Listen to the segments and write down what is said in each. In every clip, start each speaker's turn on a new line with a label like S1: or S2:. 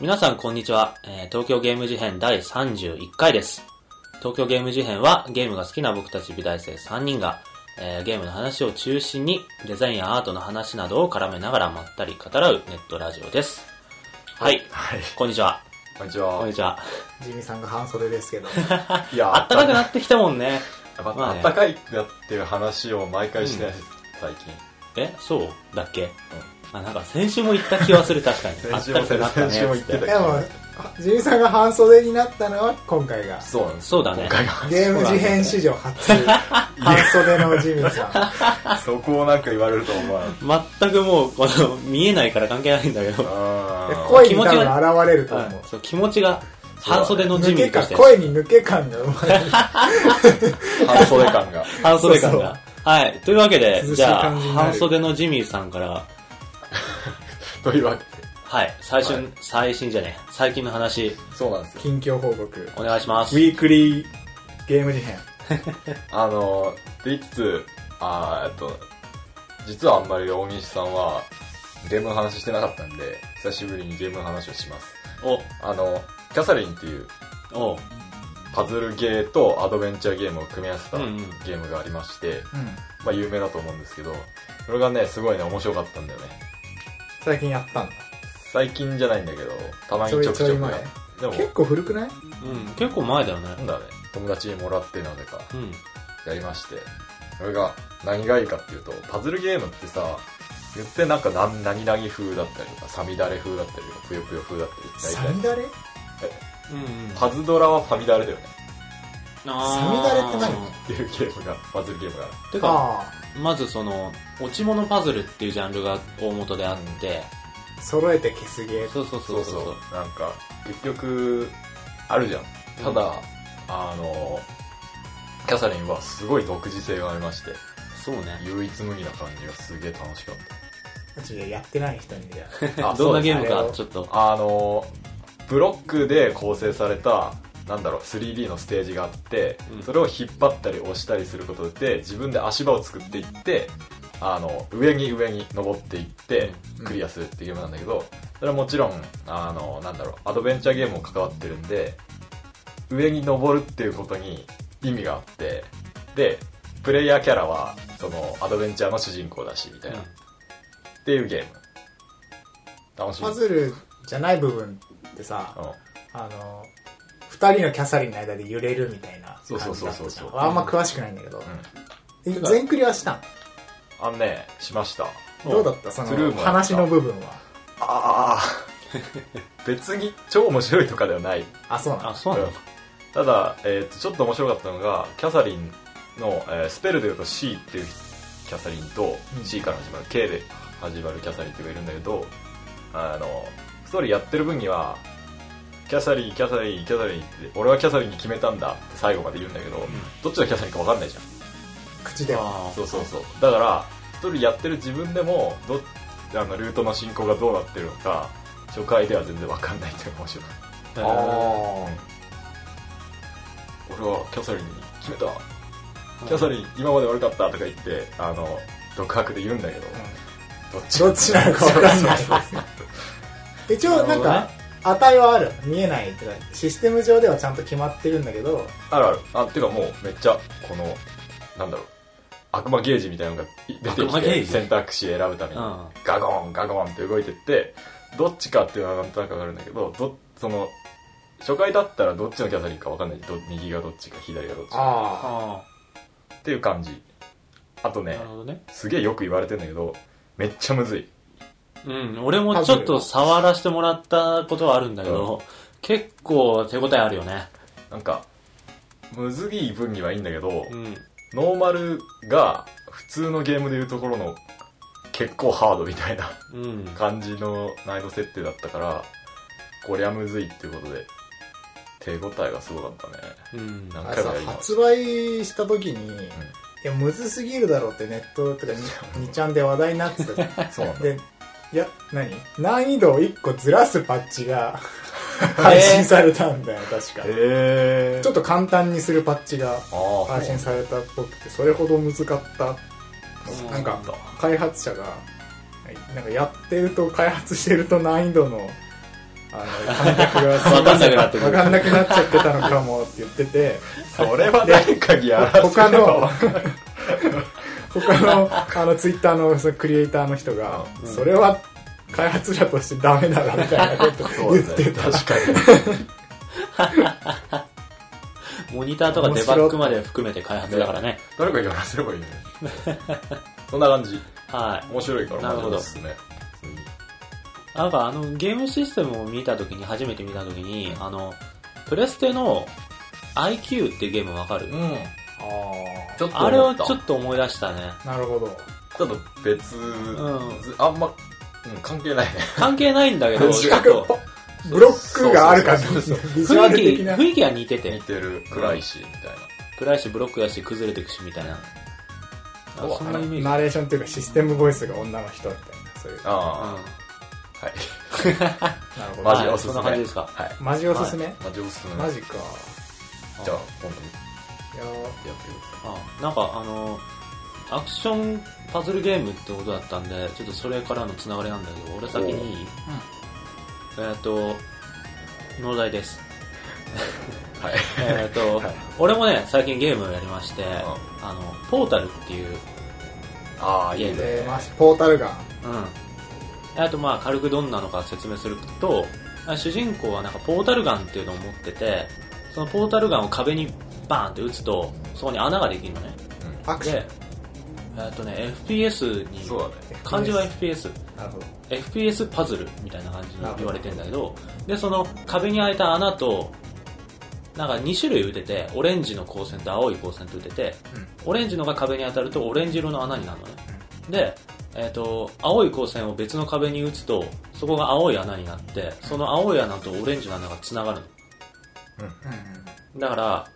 S1: 皆さんこんにちは、えー東京ゲーム事変第31回です東京ゲーム事変はゲームが好きな僕たち美大生3人が、えーゲームの話を中心にデザインやアートの話などを絡めながらまったり語らうネットラジオですはい
S2: はい。
S1: こんにちは
S2: こんにち
S1: こん
S2: は。
S1: にちは
S3: ジミさんが半袖ですけど。
S2: いや
S1: あったかくなってきたもんね
S2: やっぱ
S1: まあね
S2: あったかいなっていう話を毎回してないです、最近。
S1: えそうだっけ、あなんか先週も言った気は する確かに
S2: 先週も
S1: あったかくなったね
S2: 先週も言ってた
S1: つ
S3: でも、ジミさんが半袖になったのは今回が。
S2: そうなんです。
S1: そうだね
S2: 今回が。
S3: ゲーム事変史上初。半袖のジミさ
S2: そこをなんか言 われると思わなかっ
S1: 全くもうこの見えないから関係ないんだけど
S2: た
S3: ん。
S2: うん。
S3: 声に多分現れると
S1: は
S3: 思う
S1: い。そう気持ちが半袖のジ
S3: 抜
S1: ミ
S3: け
S1: ーと
S3: 感、
S1: して
S3: 声に抜け感が生まれる。
S2: 半袖 感が。
S1: 半袖感
S3: そう
S1: が。はい。というわけで
S3: 涼し、い
S1: じゃあ、
S3: 感じになる
S1: 半袖のジミーさんから、
S2: というわけで。
S1: はい。最新、
S2: はい
S1: 最新じゃねえ最近の話、
S2: そうなんですよ。
S3: 近況報告。
S1: お願いします。
S3: ウィークリーゲーム事変。
S2: あの、って言いつつ、あーえっと、実はあんまり大西さんはゲームの話してなかったんで、久しぶりにゲームの話をします。あの、キャサリンっていう
S1: お、お、
S2: パズルゲーとアドベンチャーゲームを組み合わせた
S1: うん
S2: ゲ
S1: うん
S2: ームがありまして、
S3: うん。
S2: まあ有名だと思うんですけど、それがね、すごいね、面白かったんだよね。
S3: 最近やったんだ。
S2: 最近じゃないんだけど、たまに
S3: ちょ
S2: ちょく
S3: いち
S2: ちょ
S3: ょい
S2: く
S3: 前
S2: や。でも、
S3: 結構古くない
S1: うん。結構前だよ
S2: なん
S1: ね。
S2: だね、友達にもらってなぜか
S1: うん。
S2: やりまして、それが何がいいかっていうと、パズルゲームってさ、言ってなんか何何々風だったりとか、サミダレ風だったりとか、ぷよぷよ風だったり、大
S3: サ
S2: 体
S3: ミ。ダレ
S1: うんうん。
S2: パズドラはファミダレだよね。
S1: あー
S3: サミダレって
S2: っていうゲームが、パズルゲームがある。
S1: てか、
S3: あ
S1: まずその、落ち物パズルっていうジャンルが大元であって、
S3: あ。揃えて消すゲーム。
S1: そうそうそ
S2: そうう
S1: そ
S2: そうう
S1: そう。
S2: なんか結局あるじゃんただ、あのキャサリンはすごい独自性がありまして
S1: そうね。
S2: 唯一無二な感じがすげえ楽しかっ
S3: ちょっとやってない人にじゃ
S2: たあ
S1: どんな
S2: そうで
S1: ゲ
S2: す
S1: ー
S2: ね
S1: ム
S3: あれ
S1: か、
S3: を
S1: ちょっと。
S2: あのブロックで構成されたなんだろう 3D のステージがあって、
S1: うん
S2: それを引っ張ったり押したりすることで自分で足場を作っていってあの上に上に登っていって
S3: うん
S2: クリアするっていうゲームなんだけど、それはもちろんあのなんだろうアドベンチャーゲームも関わってるんで上に登るっていうことに意味があってでプレイヤーキャラはそのアドベンチャーの主人公だしみたいな、っていうゲーム楽しみ
S3: パズルじゃない部分ってさ、
S2: うん
S3: あの、二人のキャサリンの間で揺れるみたいな感じだったじゃん。
S2: そうそうそうそうそう
S3: あんま詳しくないんだけど。え
S2: ん
S3: 全クリはしたん
S2: あのね、しました。
S3: どうだったそ
S2: スルーも
S3: の
S2: やった
S3: 話の部分は。
S2: あ あ。別に超面白いとかではない。
S3: あ、そう
S1: あ、
S3: なの
S1: そうなの
S2: ただ、えーと、ちょっと面白かったのが、キャサリンの、えースペルで言うと C っていうキャサリンと、
S3: うん
S2: C から始まる K で始まるキャサリンっていうのがいるんだけど、あの、ストーリーやってる分には、キャサリン、キャサリン、キャサリンって、俺はキャサリンに決めたんだって最後まで言うんだけど、どっちがキャサリンか分かんないじゃん。
S3: 口では。
S1: あー
S2: そうそうそうだから一人やってる自分でもどあのルートの進行がどうなってるのか初回では全然わかんないっていうのが面白い
S1: へー
S2: 俺はキャサリンに決めたキャサリン今まで悪かったとか言ってあの独白で言うんだけど、どっち
S3: どっちなのかわかんない
S2: そうそうそう
S3: 一応なん
S1: なる
S3: か、値はある。見えないってかシステム上ではちゃんと決まってるんだけど、
S2: あるあるあてかもうめっちゃこのなんだろう悪魔ゲージみたいなのが出て
S1: 悪魔
S2: き
S1: ゲー
S2: て
S1: ジ
S2: 選択肢選ぶために
S1: うん
S2: ガゴンガゴンって動いてってどっちかっていうのがなんとなくわかるんだけどどその初回だったらどっちのキャサリンかわかんないど右がどっちか左がどっちか
S3: あ
S1: あ
S2: っていう感じあと
S1: ー
S2: ね
S1: なるほどね。
S2: すげえよく言われてんだけどめっちゃむずい
S1: うん、俺もちょっと触らせてもらったことはあるんだけど、結構手応えあるよね。
S2: なんかむずい分にはいいんだけど
S1: うん。
S2: ノーマルが普通のゲームでいうところの結構ハードみたいな
S1: うん。
S2: 感じの難易度設定だったからこりゃむずいっていうことで手応えがすごかったね
S1: うん。
S2: 何
S3: あ
S2: 回
S3: れさ
S2: もやり、まし
S3: 発売した時に、いや、むずすぎるだろうってネットとかに2ちゃんで話題になってたじゃん
S2: たそうなんだ
S3: で、いや、何難易度を1個ずらすパッチ が配信されたんだよ、確か。
S2: へえ
S3: ちょっと簡単にするパッチが
S2: ああ
S3: 配信されたっぽくて、それほど難かった。
S1: そう
S3: なんか
S2: そう、
S3: 開発者が、なんかやってると、開発してると難易度のあの、観客が
S1: わかんなくなってくる
S3: わかんなくなっちゃってたのかもって言ってて、
S2: それは誰かにやらせれば
S3: 他の
S2: 分かる
S3: 他の、あの、ツイッターのそのクリエイターの人が、それは開発者としてダメだろみたいなこと
S2: そう
S3: 言
S2: です
S3: って
S2: ね
S3: た。
S2: 確かに
S1: モニターとかデバッグまで含めて開発だからね。
S2: 誰かにやらせればいいねそんな感じ
S1: はい。
S2: 面白いから
S1: なるほど
S2: おすすめ
S1: なんかあのゲームシステムを見たときに、初めて見たときに、あの、プレステの IQ っていうゲームわかる
S2: うん
S3: あ
S2: ちょっと思った
S1: あれをちょっと思い出したね。
S3: あ、なるほど。
S2: ちょっと別、
S1: ん
S2: ずあんま、うん、関係ないね
S1: 関係ないんだけ ど、ちょっ
S3: 近く
S1: と、
S3: ブロックがあるから、
S2: そうそうそう
S3: ビジュア
S1: 雰
S3: ル
S1: 囲
S3: 的
S1: 気、
S3: な。
S1: 雰囲気が似てて
S2: 似、てる暗いし、みたい
S1: 暗いしブロックだし崩れてくしみたいな。
S2: そう
S1: あそんなイメージ。
S3: ナレーションというかシステムボイスが女の人みたいな、そういう。
S2: なああ、
S1: う
S2: はい
S3: なるほど。
S2: マジ
S1: はい
S2: おすすめ
S1: そんな感じですか
S2: はい
S3: マジおすすめ、
S2: マジおすすめ
S3: マジか。
S1: ん
S2: じゃあ今度
S3: いや
S2: やってくださ
S1: あなんかあのアクションパズルゲームってことだったんでちょっとそれからのつながりなんだけど俺先にえっ、と農大です
S2: いはい
S1: えっと、
S2: はい
S1: 俺もね最近ゲームをやりまして、
S2: ん
S1: あのポータルっていう
S2: ああいいね
S1: ゲ
S3: えーまあポータルガン。
S1: うんあとまあ軽くどんなのか説明するとあ主人公はなんかポータルガンっていうのを持っててそのポータルガンを壁にバーンって打つとそこに穴ができるのね
S3: アクション
S1: で。えーっとね FPS に
S2: そうだね
S1: 漢字は FPS
S3: なるほど。
S1: FPS パズルみたいな感じに言われてんだけどでその壁に開いた穴となんか2種類打ててオレンジの光線と青い光線と打ててオレンジのが壁に当たるとオレンジ色の穴になるのねで、えー、と青い光線を別の壁に打つとそこが青い穴になってその青い穴とオレンジの穴がつながるのだから、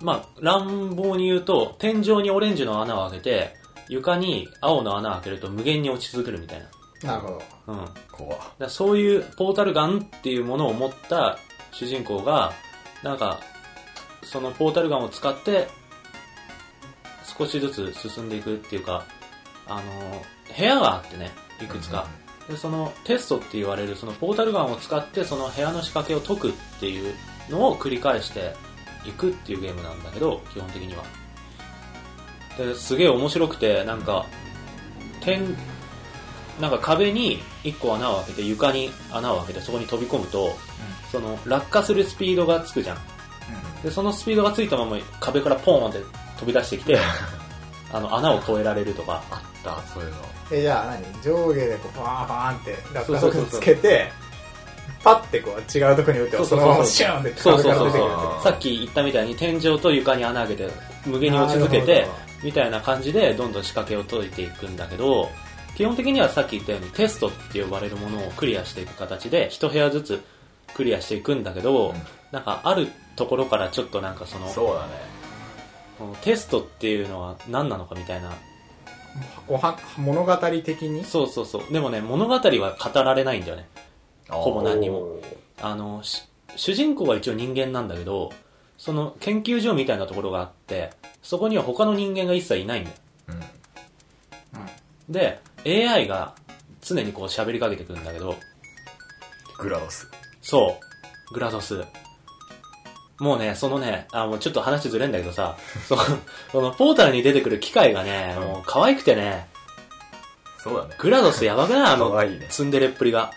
S1: まあ、乱暴に言うと、天井にオレンジの穴を開けて、床に青の穴を開けると無限に落ち続けるみたいな。
S3: なるほど。
S1: うん。だか
S2: 怖
S1: らそういうポータルガンっていうものを持った主人公が、なんか、そのポータルガンを使って、少しずつ進んでいくっていうか、あの、部屋があってね、いくつか。でそのテストって言われるそのポータルガンを使ってその部屋の仕掛けを解くっていうのを繰り返していくっていうゲームなんだけど基本的にはですげえ面白くてなんか天なんか壁に1個穴を開けて床に穴を開けてそこに飛び込むと、その落下するスピードがつくじゃんでそのスピードがついたまま壁からポーンって飛び出してき てあの穴を越えられるとか
S2: あったそういうの
S3: え、じゃあ何上下でこう、ファーンファーンって落下
S1: そう
S3: 速
S1: そうそう
S3: 度
S1: そう
S3: つけて、パッてこう違うとこに打って、
S1: そうそ
S3: そ
S1: そ
S3: う
S1: う
S3: のままシューンって
S1: そう
S3: 壁
S1: そ
S3: か
S1: う
S3: ら
S1: そ
S3: 出
S1: うそう
S3: てくるってこ
S1: さっき言ったみたいに天井と床に穴開けて無限に落ち続け
S3: な
S1: て
S3: るほ
S1: みたいな感じでどんどん仕掛けを解いていくんだけど基本的にはさっき言ったようにテストって呼ばれるものをクリアしていく形で一部屋ずつクリアしていくんだけど、
S2: うん
S1: なんかあるところからちょっとなんかその
S2: そうだね
S1: このテストっていうのは何なのかみたいな
S3: どおは物語的に
S1: そうそうそうでもね物語は語られないんだよねほぼ何にも
S2: おー
S1: あのし主人公は一応人間なんだけどその研究所みたいなところがあってそこには他の人間が一切いないんだよ
S2: うん
S1: で AI が常にこう喋りかけてくるんだけど
S2: グラドス
S1: そうグラドスもうねそのねあもうちょっと話ずれんだけどさそのそのポータルに出てくる機械がね
S2: うん
S1: もう可愛くてね
S2: そうだね
S1: グラドスやばくないあの
S2: 可愛いね
S1: ツンデレっぷりが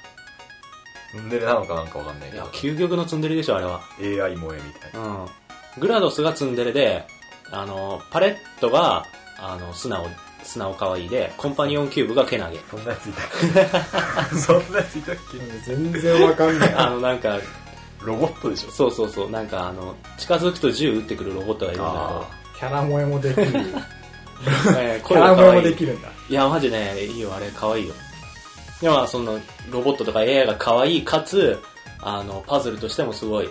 S2: ツンデレなのかなんかわかんない
S1: い
S2: け
S1: や
S2: ど
S1: 究極のツンデレでしょあれは
S2: AI 萌えみたいな
S1: うん、グラドスがツンデレであのパレットがあの素直素直かわいいでコンパニオンキューブがけなげ
S2: そんなやついたっ けそんなやついたっけ
S3: 全然わか んない。
S1: あのなんか
S2: ロボットでしょ
S1: そうそうそうなんかあの近づくと銃撃ってくるロボットがいるんだ
S3: キャラ萌え もでき
S1: け
S3: る。
S1: ど、 えー
S3: キ
S1: 声
S3: ャ
S1: が
S3: ラ
S1: 可
S3: 萌え
S1: 愛
S3: もで
S1: い
S3: きるんだ。
S1: いやマジねいいよあれ可愛いよでもそのロボットとか AI が可愛いかつあのパズルとしてもすごい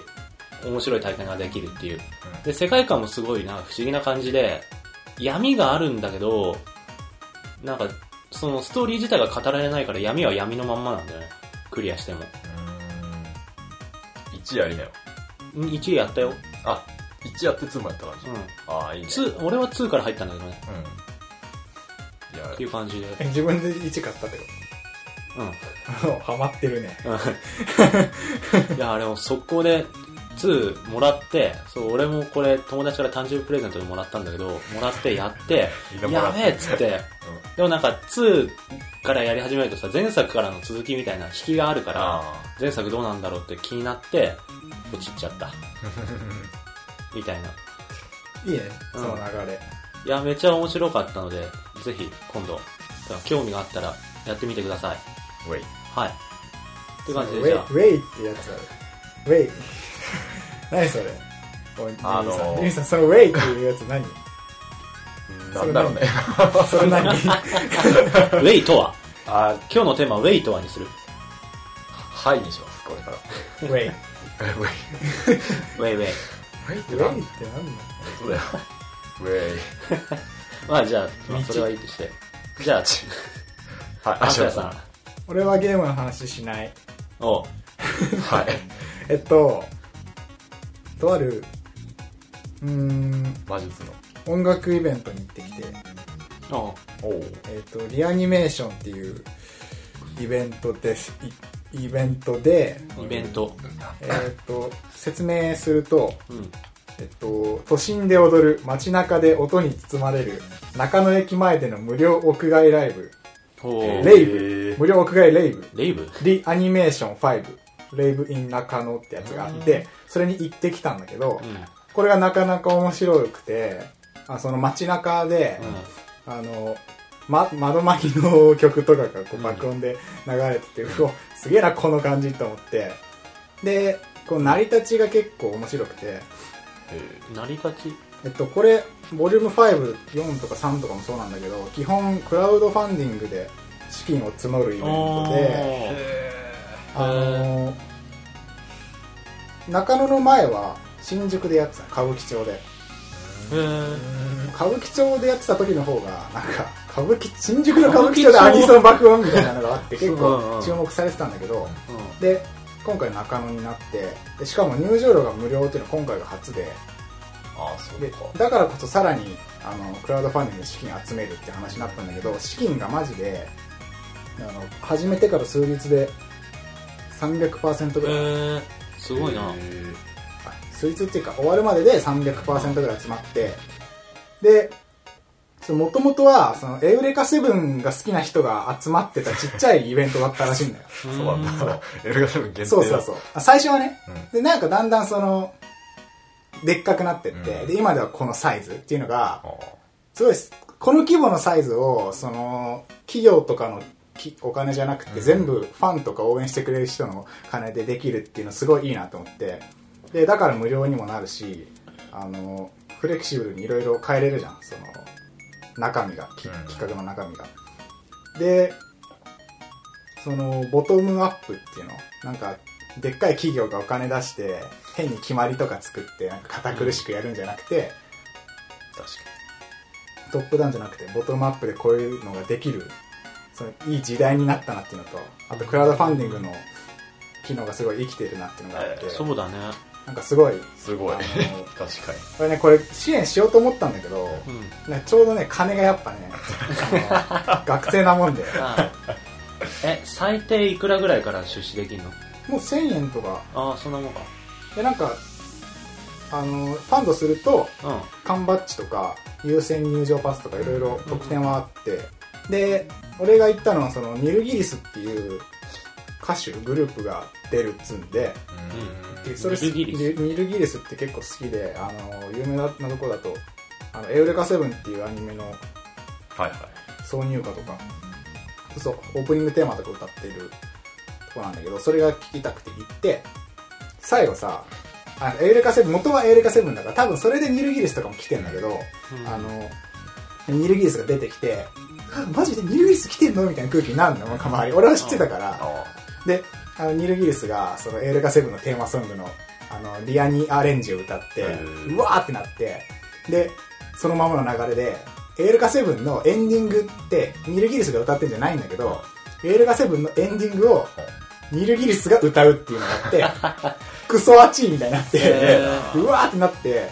S1: 面白い体験ができるっていう
S2: うん
S1: で世界観もすごいな不思議な感じで闇があるんだけどなんかそのストーリー自体が語られないから闇は闇のまんまなんだよねクリアしても
S2: うーん1やりなよ
S1: ん1やったよ、
S2: あ1やって2もやった感じ、
S1: う
S2: ああいいね
S1: ん、ツー俺は2から入ったんだけどね
S2: うんいや
S1: っていう感じで
S3: え自分で1買ったってこもう ハマってるね。
S1: うん いや、あれも速攻で2もらって、そう、俺もこれ友達から誕生日プレゼントでもらったんだけど、もらってやって、
S2: みんなもら
S1: や
S2: って
S1: べえっつって、でもなんか2からやり始めるとさ、前作からの続きみたいな引きがあるから、
S2: あ
S1: 前作どうなんだろうって気になって、落ちっちゃ った。みたいな。
S3: いいね、
S1: う
S3: そ
S1: ん
S3: の流れ。
S1: いや、めっちゃ面白かったので、ぜひ今度、興味があったらやってみてください。
S2: ウェイ
S1: はい。って感じ
S3: ウ
S1: でじ
S3: ェイウ
S1: ゃあ、
S3: ェイってやつある。ウェイ。 何それおい、
S2: あのー
S3: デミさん、そのウェイっていうやつ何
S2: なんだろうね
S3: それ 何
S1: ウェイとは
S2: あ
S1: 今日のテーマ、ウェイとはにする
S2: はいにしますこれから
S3: ウェイ。ウ
S2: ウェ
S1: ウェイ
S2: イ
S1: ウェイ。
S2: ウェイって
S3: ェイって
S2: な
S3: 何
S2: ん
S3: なの
S2: そうだよウェイ
S1: まあじゃあ、まあ、それはいいとして。じゃあ、
S2: はい
S1: アシ
S2: 足
S1: ヤ
S2: さ
S1: さ
S2: ん
S1: ん。
S3: 俺はゲームの話しない。
S1: おう
S2: はい
S3: えっと、とある、うーん、
S2: 魔術の
S3: 音楽イベントに行ってきて、
S1: おう
S2: おお
S3: えっと、リアニメーションっていうイベントです。いイベントで、
S1: イベント。
S3: えっと、説明すると、
S1: うん。
S3: えっと、都心で踊る街中で音に包まれる中野駅前での無料屋外ライブ
S1: おう
S2: えー
S3: レイブ無料屋外レイブ
S1: レイブ
S3: リアニメーション5レイブイン中野ってやつがあってそれに行ってきたんだけど
S1: うん。うん。
S3: これがなかなか面白くてあその街中で、あの、ま、窓巻きの曲とかがこう
S1: うん
S3: 爆音で流れてて、うおすげえな、この感じと思って。で、こう、成り立ちが結構面白くて、
S2: え
S1: 成り立ち
S3: えっと、これ、ボリューム5、4とか3とかもそうなんだけど、基本、クラウドファンディングで資金を募るイベントで、
S1: おう
S3: あの、中野の前は新宿でやってた、歌舞伎町で。
S1: へー
S3: 歌舞伎町でやってた時の方がなんか歌舞伎新宿の歌舞伎町でアニソン爆音みたいなのがあって結
S1: うんう
S3: 構
S1: ん
S3: 注目されてたんだけど
S1: うん
S3: で今回中野になってでしかも入場料が無料っていうのは今回が初で
S2: ああそう
S3: で
S2: か
S3: だからこそさらにあのクラウドファンディングで資金集めるって話になったんだけど資金がマジであの始めてから数日で300%ぐらい
S1: へーすごいな。
S2: えー
S3: あスイーツっていうか終わるまでで300%ぐらい集まってでもともとはそのエウレカセブンが好きな人が集まってたちっちゃいイベントだったらしいん だよ
S2: そうなんだエルガセブン限定だ
S3: そうそうそうあ最初はね
S2: うん
S3: でなんかだんだんそのでっかくなってって、
S2: うん
S3: で今ではこのサイズっていうのが
S2: ああ
S3: すごいですこの規模のサイズをその企業とかのきお金じゃなくて
S2: うん
S3: 全部ファンとか応援してくれる人の金でできるっていうのすごいいいなと思ってでだから無料にもなるしあのフレキシブルにいろいろ変えれるじゃんその中身がき
S2: うん
S3: 企画の中身がでそのボトムアップっていうのなんかでっかい企業がお金出して変に決まりとか作ってなんか堅苦しくやるんじゃなくて、
S2: 確か
S3: トップダウンじゃなくてボトムアップでこういうのができるそのいい時代になったなっていうのとあとクラウドファンディングの機能がすごい生きているなっていうのがあって、
S2: えー
S1: そうだね。
S3: なんかすごい
S2: にすごい
S3: あの
S2: 確かに
S3: これねこれ支援しようと思ったんだけど、
S1: うん。
S3: なんかちょうどね金がやっぱね あの学生なもんで
S1: ああえ、最低いくらぐらいから出資できるの
S3: もう1000円とか
S1: ああ、そんなもんか。
S3: でなんかあのファンドすると
S1: うん。
S3: 缶バッジとか優先入場パスとかいろいろ特典はあって、で俺が行ったのはそのニルギリスっていう歌手グループが出るっつうんで
S2: う
S3: で
S2: ん
S3: それ
S1: ニルギリス
S3: ニルギリスって結構好きであの有名なとこだと「あのエウレカセブン」っていうアニメの
S2: はいはい
S3: 挿入歌とかそうオープニングテーマとか歌ってるとこなんだけどそれが聴きたくて行って最後さあのエウレカセブン元はエウレカセブンだから多分それでニルギリスとかも来てんだけど、
S1: うん
S3: あの、ニルギリスが出てきて、あマジでニルギリス来てんのみたいな空気になるのなんか周り。俺は知ってたから。
S2: あ
S3: で、あの、ニルギリスが、その、エールカセブンのテーマソングの、あの、リアニアレンジを歌って、
S2: へー
S3: うわーってなって、で、そのままの流れで、エールカセブンのエンディングって、ニルギリスが歌ってんじゃないんだけど、エールカセブンのエンディングを、ニルギリスが歌うっていうのがあ って、クソアチーみたいになって、
S1: え
S3: うわーってなって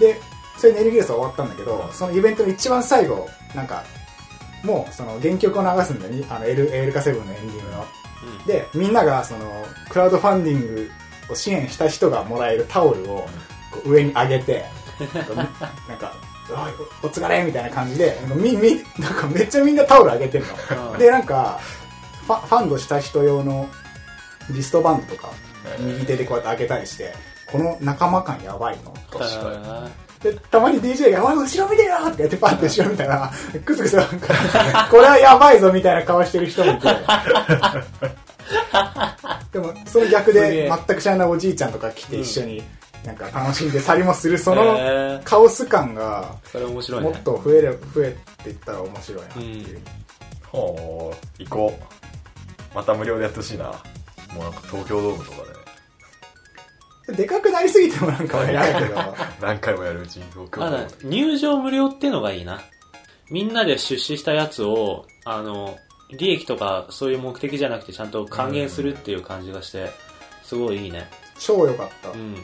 S3: でそれでエルギリスは終わったんだけどそのイベントの一番最後なんかもうその原曲を流すんだよにあのエルエルカセブンのエンディングの
S1: うん
S3: でみんながそのクラウドファンディングを支援した人がもらえるタオルをこう上に上げて なんかなんかおいお疲れみたいな感じでなんかみみなんかめっちゃみんなタオル上げてる
S1: う
S3: の
S1: ん
S3: でなんかファファンドした人用のリストバンドとか
S2: えー
S3: 右手でこうやって開けたりしてこの仲間感やばいの
S2: 確かに
S3: でたまに DJ が「おい後ろ見てよ!」ってやってパッて後ろ見 たらクスクスなんかこれはやばいぞみたいな顔してる人もいてでもその
S1: す
S3: 逆
S1: げ
S3: で
S1: え
S3: 全く知らないおじいちゃんとか来て一緒になんか楽しんで去りもするそ
S1: へ
S3: の
S1: え
S3: カオス感が
S1: それ面白いね
S3: もっと増える増えていったら面白いなっていう、
S2: ほう行こうまた無料でやってほしいなもうなんか東京ドームとかでね
S3: でかくなりすぎてもなんかやだけど
S2: 何回もやるうちに東京ド
S1: あ
S2: ー
S1: だ
S2: ムで
S1: 入場無料ってのがいいな。みんなで出資したやつを、あの、利益とかそういう目的じゃなくてちゃんと還元するっていう感じがして、すごいいいね。
S3: 超良かった
S1: うん。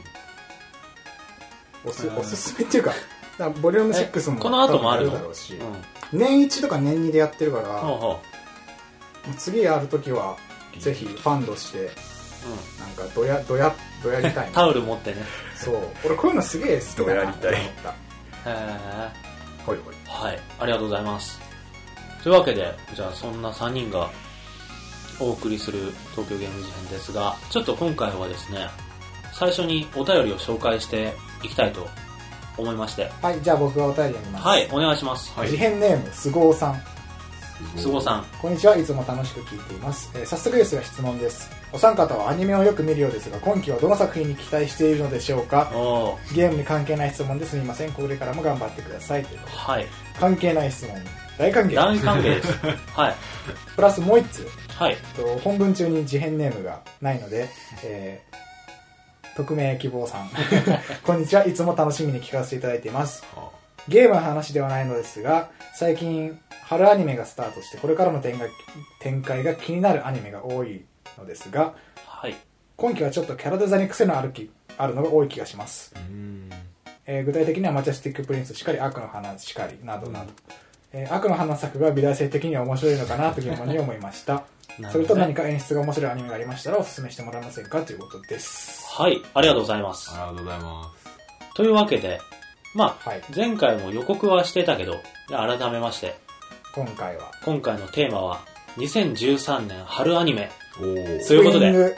S3: おすおすすめっていうかだからボリューム6も
S1: えこの後もあるの
S3: 多分だろうし、
S1: うん。
S3: 年1とか年2でやってるから、
S1: ほうほ
S3: 次やるときはぜひファンドして
S1: う。うん。
S3: なんかどやどやどやりたい
S1: タ
S3: な
S1: オル持ってね。
S3: そう俺こういうのすげえ好きだなって思っ
S2: どやり
S3: た
S1: へー
S2: ほいほい
S1: はい。ありがとうございます。というわけで、じゃあそんな3人がお送りする東京ゲーム事変ですが、ちょっと今回はですね、最初にお便りを紹介していきたいと思いまして、
S3: はいじゃあ僕がお便り読みます
S1: はい、お願いします。
S2: はい
S3: 事変ネームすごうさん
S1: すごさん。
S3: こんにちはいつも楽しく聞いています、えー早速ですが質問ですお三方はアニメをよく見るようですが今期はどの作品に期待しているのでしょうか
S1: おー
S3: ゲームに関係ない質問ですみませんこれからも頑張ってくださいということで
S1: はい。
S3: 関係ない質問大歓迎
S1: 大歓迎です。 はい。
S3: プラスもう一通
S1: はい。
S3: えっと本文中に事変ネームがないので、えー、匿名希望さん こんにちはいつも楽しみに聞かせていただいています
S2: あ
S3: ゲームの話ではないのですが最近春アニメがスタートしてこれからの展開展開が気になるアニメが多いのですが
S1: はい。
S3: 今期はちょっとキャラデザに癖のあるきあるのが多い気がします
S2: うーん
S3: えー具体的にはマチャスティックプリンスしかり悪の花しかりなどなど、えー悪の花作が美大生的には面白いのかなと疑問に思いました
S1: なるほどね
S3: それと何か演出が面白いアニメがありましたらお勧めしてもらえませんかということです
S1: はい。ありがとうございます
S4: あり。がとうございます。
S1: というわけで、まあ、
S3: はい
S1: 前回も予告はしてたけど、改めまして、
S3: 今回は
S1: 今回のテーマは、2013年春アニメ。
S2: おー
S1: そういうことで
S3: スプイング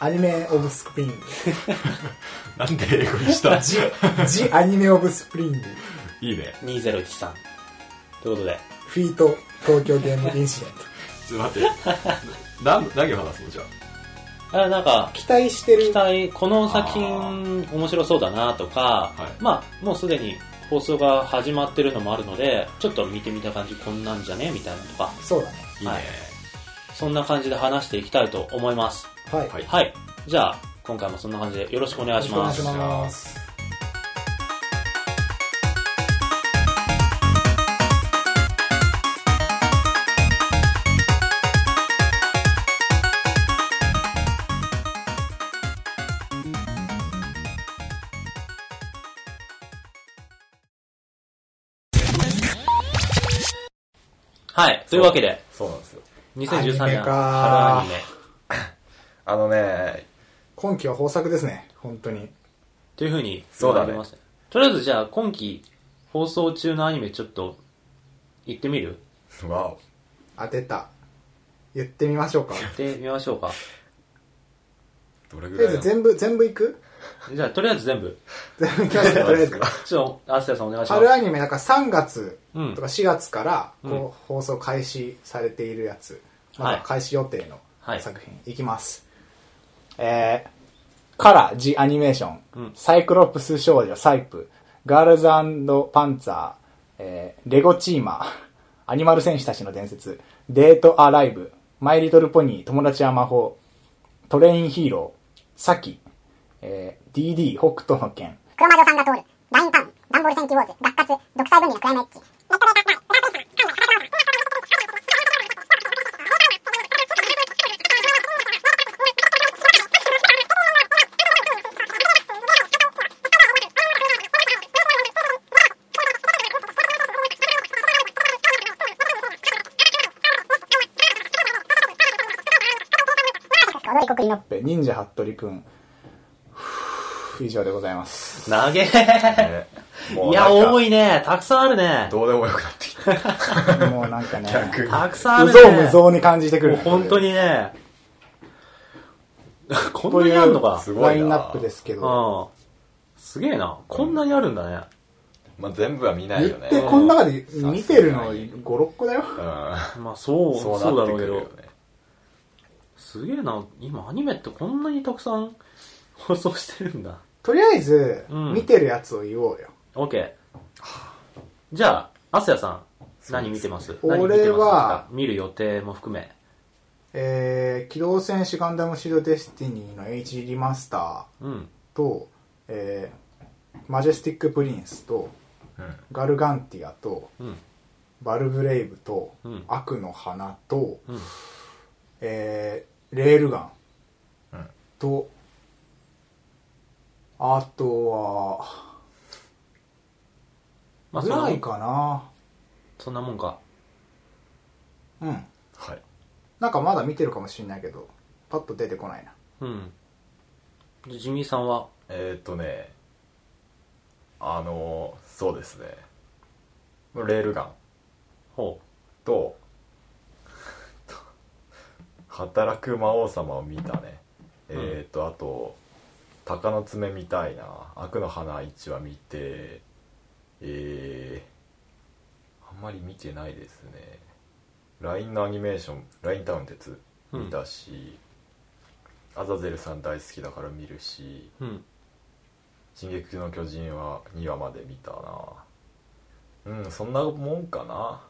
S3: アニメオブスプリング
S4: なんで英語に した
S3: ジ・ジアニメオブスプリング
S4: いいね。
S1: 2013ということで
S3: フィート東京ゲームインシデント
S4: ちょっ と待って。な、な何を話すのじゃ
S1: あなんか
S3: 期待して
S1: 期
S3: る
S1: 待この作品
S4: あ
S1: 面白そうだなとか、
S4: はい
S1: まあもうすでに放送が始まってるのもあるのでちょっと見てみた感じこんなんじゃねみたいなとか
S3: そうだね
S4: あ。いいね。
S1: はいそんな感じで話していきたいと思います
S3: はい、
S4: はい
S1: はいじゃあ今回もそんな感じでよろしくお願いします
S3: よろしくお願いします
S1: はいというわけで
S2: そうなんですよ
S1: 2013年
S3: アニメか
S1: 春アニメ
S2: あのね
S3: 今期は豊作ですね本当に
S1: というふうに
S2: そうだね
S1: 言われますとりあえずじゃあ今期放送中のアニメちょっと言ってみる
S2: わお
S3: 当てた言ってみましょうか
S1: 言ってみましょうか
S2: どれ
S3: と
S2: ぐ
S3: りあ
S2: ら
S3: え
S2: い
S3: ず全部全部いく
S1: じゃあとりあえず全部
S3: 全部いきますねとりあえず
S1: ちょっと、アスヤさんお願いします。
S3: 春アニメだから3月
S1: うん
S3: とか4月からこう、
S1: うん
S3: 放送開始されているやつ、
S1: はい
S3: まだ開始予定の
S1: はい
S3: 作品、い、きますえー、カラ・ジ・アニメーション、
S1: うん
S3: サイクロプス少女サイプガールズパンツァー、えーレゴチーマーアニマル戦士たちの伝説デート・アライブマイ・リトル・ポニー友達は魔法トレイン・ヒーローサキ、えー、DD 北斗の剣
S5: 黒魔女さんが通る、ラインタウン、ダンボール戦記ウォーズ、学活、独裁分離のクライマエッジ。送りの
S3: で忍者服部くん。ふぅ以上でございます。
S1: 投げ
S2: ね
S1: いや、多
S2: い
S1: いね。たくさんあるね。
S2: どうでもよくなってきた
S3: もうなん かね、
S2: 逆に
S1: たくさんあるね。
S3: うぞうむぞうに感じてくる、
S1: もう本当にね。こんなにあるのか
S2: すごいな
S3: ラインナップですけど。
S1: うん。すげえな。こんなにあるんだね。
S2: まあ全部は見ない
S3: 言
S2: よ
S3: っ
S2: ね
S3: て、この中で見てるの5、6個だよ。
S2: う
S1: まあ、そう、
S2: ん
S1: そう
S2: そうな
S1: だ
S2: って
S1: ろう
S2: く
S1: け
S2: るよね
S1: ど。すげえな。今、アニメってこんなにたくさん 放送してるんだ。
S3: とりあえず、
S1: うん
S3: 見てるやつを言おうよ。
S1: OK。じゃあ、アスヤさん、何見てます何見てます
S3: 俺は
S1: 見る予定も含め。
S3: えー、機動戦士ガンダムシードデスティニーの HD リマスタ
S1: うん。
S3: ーと、えー、マジェスティックプリンスと、
S2: うん
S3: ガルガンティアと、
S1: うん。
S3: バルブレイブと、
S1: うん
S3: 悪の花と、
S1: うん。
S3: えー、レールガン、
S2: うん
S3: と、あとは、
S1: まあ、
S3: ぐ
S1: そんなも
S3: ら
S1: ん
S3: いかな。
S1: そんなもんか。
S3: うん。
S2: はい
S3: なんかまだ見てるかもしれないけど、パッと出てこないな。
S1: うん。でジミーさんは、
S2: えーっとねあのそうですねレールガン
S1: ほ
S2: と 働く魔王様を見たねえーっとあと鷹の爪見たいな悪の花一話見てえー、あんまり見てないですね LINE のアニメーション「LINE タウン鉄」見たし、アザゼルさん大好きだから見るし
S1: う。うん。
S2: 「進撃の巨人」は2話まで見たなうんそんなもんかな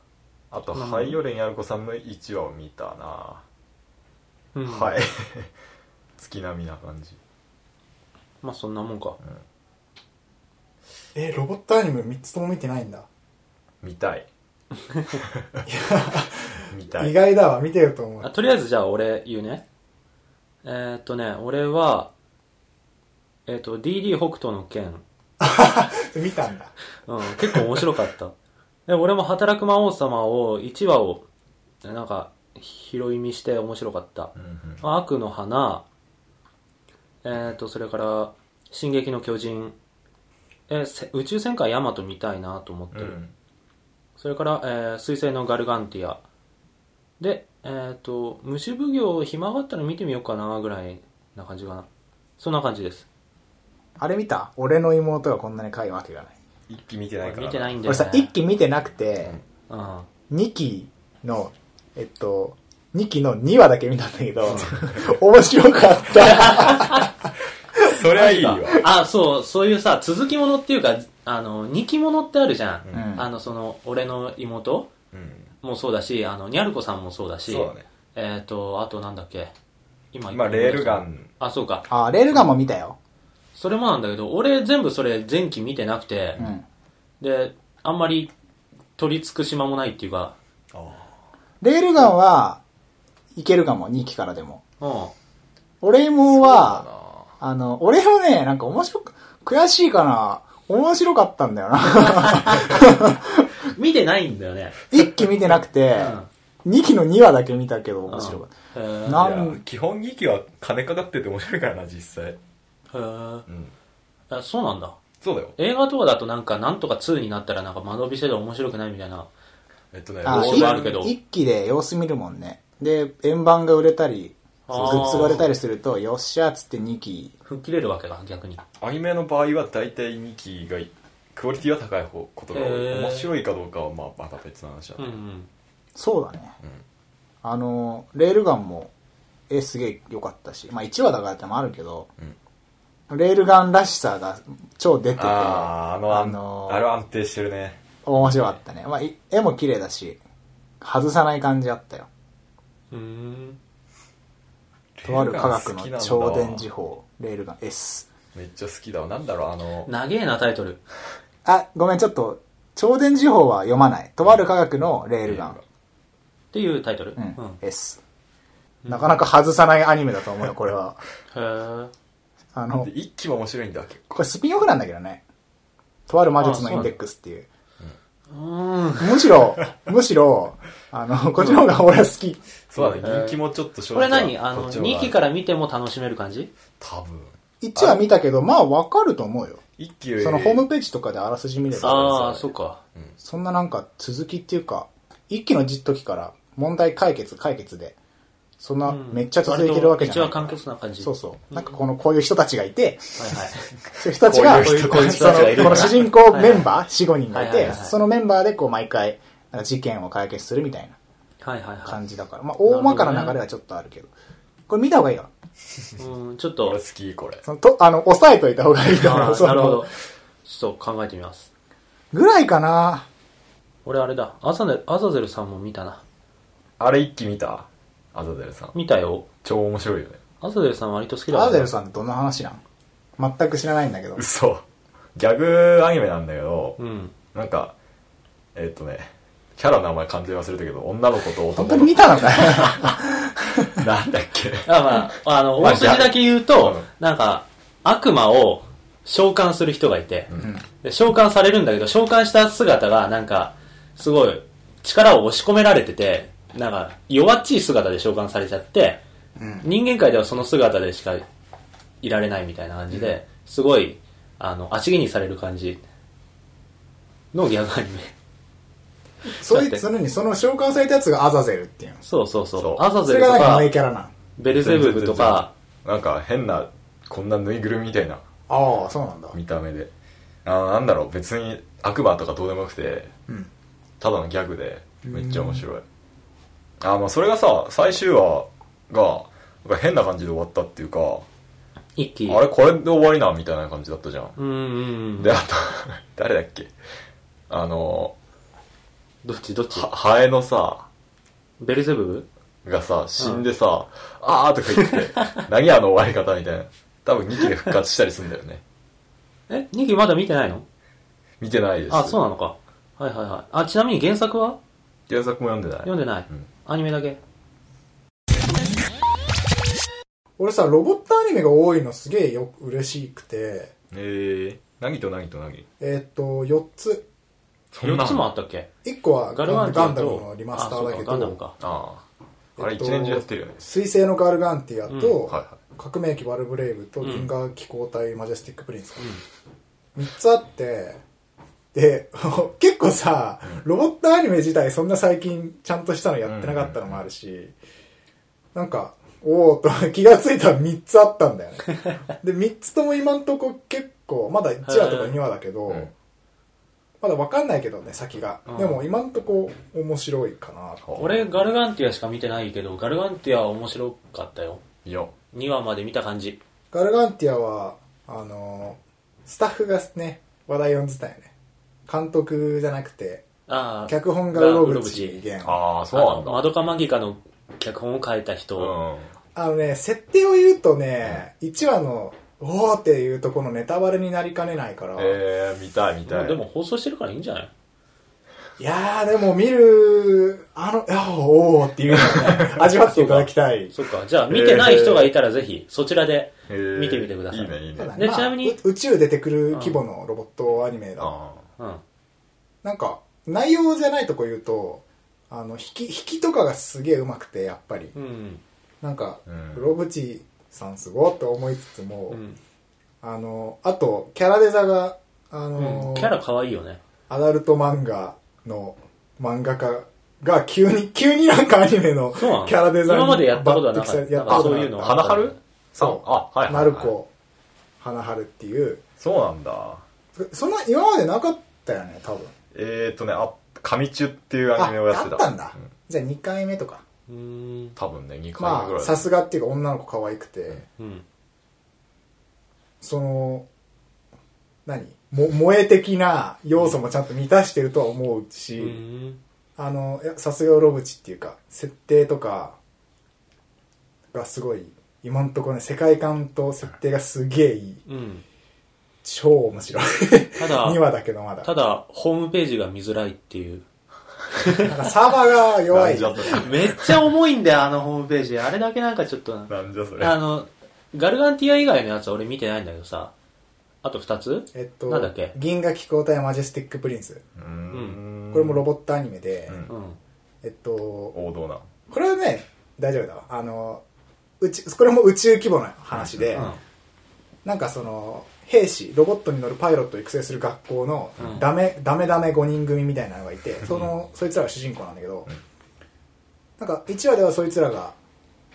S2: あと「
S1: そんなもん
S2: ハイオレンやる子さん」の1話を見たな、
S1: うん。
S2: はい 月並みな感じ
S1: まあ、そんなもんか。
S3: えロボットアニメ3つとも見てないんだ。
S2: 見 たい見た
S3: 意
S2: い
S3: 外だわ、見てると思
S1: あ
S3: う。
S1: とりあえずじゃあ俺言うね。えー、っとね、俺は、えーっと、DD 北斗の剣。
S3: 見たんだ。
S1: うん、結構面白かった。 で、俺も働く魔王様を、1話を、なんか、拾い見して面白かった
S2: う。んうん
S1: まあ悪の花、えーっと、それから、進撃の巨人、えーせ宇宙戦艦ヤマト見たいなと思って
S2: う
S1: る。
S2: ん
S1: それから、えー、水星のガルガンティア。で、えっ、と、虫奉行暇があったら見てみようかな、ぐらいな感じかな。そんな感じです。
S3: あれ見た俺の妹がこんなに可愛いわけがない。
S2: 一気見てないから
S1: 見てないんだよ、ね。
S3: 俺さ、1期見てなくて、
S1: うん。
S3: 2期の、えっと、2期の2話だけ見たんだけど、 面白かった。
S2: そりゃいいわ
S1: あ、そう、そういうさ、続きものっていうか、あの、二期ものってあるじゃん。
S3: うん
S1: あの、その、俺の妹
S2: うん
S1: もそうだし、あの、ニャルコさんもそうだし、
S2: そうだね
S1: えっ、と、あとなんだっけ。今、
S2: 今レールガ。ン
S1: あ、そうか。
S3: あ、レールガンも見たよ。
S1: それもなんだけど、俺全部それ前期見てなくて、
S3: うん。
S1: で、あんまり取り付く島もないっていうか、
S3: レールガンは、いけるかも、2期からでも。
S1: うん。
S3: 俺もは、
S2: あ
S3: あの、俺もね、なんか面白く、悔しいかな。面白かったんだよな。
S1: 見てないんだよね。
S3: 1期見てなくて、2期の2話だけ見たけど面白かっ
S1: へ
S3: た。
S1: ー
S3: ない
S2: や
S3: ん、
S2: 基本劇は金かかってて面白いからな実際
S1: へー
S2: うん
S1: あそうなんだ。
S2: そうだよ
S1: 映画とかだとなんか、なんとか2になったらなんか間延びしてて面白くないみたいな。
S2: えっとね
S1: ど
S3: あ
S1: うしようもあるけど
S3: 一一期で様子見るもんね。で、円盤が売れたり、グ
S1: あー
S3: ッズが売れたりすると、よっしゃっつって2期。
S1: 吹っ切れるわけだ、逆に。
S2: アニメの場合は大体2期がクオリティは高い方ことが多い
S1: へー
S2: 面白いかどうかはまあまた別の話だ
S1: うんう
S2: ね、
S1: ん。
S3: そうだね。あの、レールガンも、え、すげえ良かったし、まあ1話だからってのもあるけど、レールガンらしさが超出てて、
S2: あああのあ
S3: あのー
S2: あれは安定してるね
S3: 面白かったね。まあ、い絵も綺麗だし、外さない感じあったよ。
S1: うん。
S3: とある科学
S2: レールガ
S3: の
S2: ン
S3: 超
S2: 好きなんだ
S3: 電磁法、レールガン S。
S2: めっちゃ好きだわなんだろうあの
S1: 長えな、タイトル。
S3: あ、ごめん、ちょっと、超電磁法は読まない。とある科学のレールガン。
S1: っていうタイトル。う。
S3: うんん、
S1: へ
S3: S。なかなか外さないアニメだと 思うよ、これは。
S1: ー
S3: あ
S2: で
S3: の、
S2: 1期も面白いんだ結構
S3: これスピンオフなんだけどね。とある魔術のインデックスっていう。むし ろ、むしろ、あの、こっちの方が俺は好き。
S4: そうだね、人気もちょっと正
S1: これ何あ
S4: こ
S1: の、
S4: っち方
S1: 2
S4: が
S1: 期から見ても楽しめる感じ
S4: 多分。
S3: 1話見たけど、まあわかると思うよ。
S4: 一期より。
S3: そのホームページとかであらすじ見れば、
S1: ああ、そうか。
S3: そんななんか続きっていうか、一期の時から問題解決解決で、そんなめっちゃ続いてるわけじゃない。
S1: 一応簡潔な感じ。
S3: そうそう。なんかこの、こういう人たちがいて、
S1: はいはい。
S3: そういう人たちが、
S4: こういう人
S1: こういう人たちがいる
S3: そのこの主人公メンバー、4、5人がい
S1: はいは
S3: て、
S1: いはい
S3: そのメンバーでこう毎回、なんか事件を解決するみたいな
S1: はいはいは
S3: 感じだから、まあ大まかな流れはちょっとあるけど、これ見た方がいいよ。
S1: い。うん、ちょっ
S4: 俺
S1: と
S4: 好、き、これ。
S3: そのと、あの、押さえといた方がいいと
S1: あ
S3: 思う。
S1: ー
S3: その
S1: なるほど。ちょっと考えてみます。
S3: ぐらいかな
S1: 俺あれだ、アザゼルアザゼルさんも見たな。
S2: あれ一気見たアザゼルさん。
S1: 見たよ。
S2: 超面白いよね。
S1: アザゼルさん割と好きだ
S3: アーゼル
S1: ん。
S3: さんってどんな話なん全く知らないんだけど。
S2: 嘘。ギャグアニメなんだけど、
S1: うん。
S2: なんか、えっとね、キャラの名前完全に忘れたけど、女の子と
S3: 本
S2: 男の
S3: 当に
S2: 子。
S3: 見たのかよ。
S2: なんだっけ
S1: あまあ、あの、大筋だけ言うと、なんか、悪魔を召喚する人がいて、で召喚されるんだけど、召喚した姿が、なんか、すごい、力を押し込められてて、なんか、弱っちい姿で召喚されちゃって、人間界ではその姿でしかいられないみたいな感じで、すごい、あの、足毛にされる感じのギャグアニメ。
S3: そういう、そのに、その召喚されたやつがアザゼルっていうの。
S1: そうそうそう。
S2: そう
S1: アザ
S3: そ
S1: ゼ
S3: れ
S1: ルと
S3: がなんか
S1: か
S3: 名、キャラなん。
S1: ベルゼブブとか、
S2: なんか変な、こんなぬいぐるみみたいな
S3: ああ、そうなんだ。
S2: 見た目で。あーなんだろう、別に悪魔とかどうでもよくて、
S3: うん。
S2: ただのギャグで、めっちゃ面白い。あー、まあそれがさ、最終話が、なんか変な感じで終わったっていうか、
S1: 一気。
S2: あれこれで終わりな、みたいな感じだったじゃん。
S1: うんうんうん。
S2: で、あと、 誰だっけあの、
S1: どっちどっち
S2: はハエのさ、
S1: ベルゼブブ
S2: がさ、死んでさ、あーとか言って、 何あの終わり方みたいな。多分2期で復活したりするんだよね。
S1: え、2期まだ見てないの
S2: 見てないです。
S1: あ、そうなのか。はいはいはい。あ、ちなみに原作は
S2: 原作も読んでない。
S1: 読んでない、
S2: うん
S1: アニメだけ。
S3: 俺さ、ロボットアニメが多いのすげえよ、嬉しくて、
S2: えー、何と何と何
S3: えーっと、4つ。
S2: そんな
S1: 4
S2: の
S1: つもあったっけ
S3: 1個は
S1: ガ
S3: ガル
S1: ルガ
S3: ガ
S1: ン
S3: ン
S1: ティ
S3: ダ
S1: ア
S3: ム
S1: と
S3: のリマスターだけ
S1: あそうかガンダム
S3: ど、
S1: か。
S2: ああ。あれ
S3: えっと
S2: 一年中やってるよね。
S3: 水星のガルガンティアと、
S2: はいは
S3: 革命機バルブレイブと
S1: ん
S3: 銀河機構隊マジェスティックプリンスか、3つあってで 結構さロボットアニメ自体そんな最近ちゃんとしたのやってなかったのもあるし、なんかおおと気がついたら3つあったん だよねで3つとも今んとこ結構まだ1話とか2話だけど、
S2: うん
S3: まだわかんないけどね先が、
S1: うん
S3: でも今んとこ面白いかなと
S2: い。
S1: 俺、ガルガンティアしか見てないけど、ガルガンティアは面白かったよ。
S2: いや、
S1: 2話まで見た感じ。
S3: ガルガンティアは、あのースタッフがね、話題を呼んでたよね。監督じゃなくて、
S1: ああ。
S3: 脚本がウロブ
S1: が
S3: チ
S1: ウロブチ
S3: ゲン。あ
S2: ああ、
S1: あ
S2: そうな
S1: の
S2: んだ。
S1: マドカマギカの脚本を書いた人。
S2: うん。
S3: のね、設定を言うとね、1話の、おーっていうとこのネタバレになりかねないから、
S2: えー、見たい見たい。
S1: でも、放送してるからいいんじゃない
S3: いやーでも見る、あの、あおーっていうのを ね、味わっていただきたい。
S1: そっか。じゃあ、見てない人がいたらぜひ、そちらで
S2: えー
S1: 見てみてください。
S2: いいね、いいね。
S3: ただ
S2: あ
S1: でちなみに
S3: う宇宙出てくる規模のロボットアニメだ
S2: あ
S1: うん。
S3: なんか、内容じゃないとこ言うと、あの、引き、引きとかがすげえ上手くて、やっぱり。
S1: うん。
S3: なんか、
S2: うん
S3: ロブチさんすごいと思いつつ
S1: う
S3: も、
S1: ん。
S3: あの、あと、キャラデザが、あの、
S1: うんキャラ可愛いよね。
S3: アダルト漫画の漫画家が急に、 急になんかアニメのキ
S1: そうなの
S3: ャラデザイン
S1: 今までやったことはなかった
S3: 抜擢されやった
S1: なんか
S3: こと
S1: そう
S3: なか
S1: い
S3: っ
S1: うの
S3: た
S1: は
S2: 花春さん
S3: そう
S2: あ、はいはい。
S3: なる
S2: はい。
S3: こ、花春っていう、
S2: そうなんだ。
S3: そそんな、今までなかったよね、多分。
S2: えーとね、あ、神中っていう
S3: あ、
S2: アニメをやってた。
S3: あったんだ
S2: う。
S3: じゃあ2回目とか。
S1: うーん。
S2: 多分ね、2回目ぐ
S3: ま
S2: ら
S3: あ、
S2: い。
S3: さすがっていうか女の子可愛くて、
S1: うん。
S3: その、何も萌え的な要素もちゃんと満たしてるとは思うし、
S1: うん。
S3: あの、いやさすがロブチっていうか、設定とかがすごい、今んところね、世界観と設定がすげえいい。
S1: うん。
S3: 超面白い。
S1: た だ
S3: 2話だけどまだ。
S1: ただ、ホームページが見づらいっていう。
S3: なんかサーバーが弱い。
S2: なんじゃそれ。
S1: めっちゃ重いんだよ、あのホームページ。あれだけなんかちょっとな。
S2: なんじゃそれ。
S1: あの、ガルガンティア以外のやつは俺見てないんだけどさ。あと二つ
S3: えっと
S1: なんだっけ、
S3: 銀河機構隊マジェスティックプリンス。
S2: うーん。
S3: これもロボットアニメで、
S2: うん
S1: うん。
S3: えっと、
S2: 王道な
S3: これはね、大丈夫だわ。あの、宇宙、これも宇宙規模の話で、
S1: うん。
S3: なんかその、兵士、ロボットに乗るパイロットを育成する学校の
S1: うん
S3: ダメ、ダメダメ5人組みたいなのがいて、その、そいつらが主人公なんだけど、なんか1話ではそいつらが、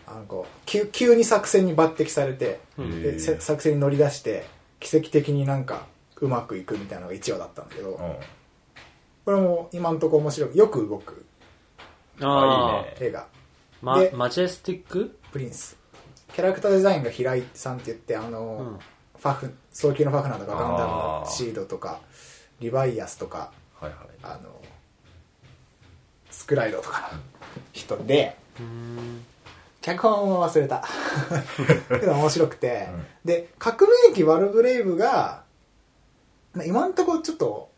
S3: あのこう急急に作戦に抜擢されて、
S1: うん
S3: でせ作戦に乗り出して、奇跡的になんかうまくいくみたいなのが1話だったんだけど、
S2: うん
S3: これも今んとこ面白い。よく動く
S1: ああ、
S2: いいね
S3: 映画、
S1: ま
S3: で、
S1: マジェスティック
S3: プリンス。キャラクターデザインが平井さんって言って、あの、
S1: うん
S3: ファフ、早急のファフナとかガンダムの
S2: あー
S3: シードとか、リバイアスとか、
S2: はいはい
S3: あの、スクライドとかの人で、脚本を忘 れた。けど面白くて、
S2: うん
S3: で、革命機ワルブレイブが、まあ今んとこちょっと、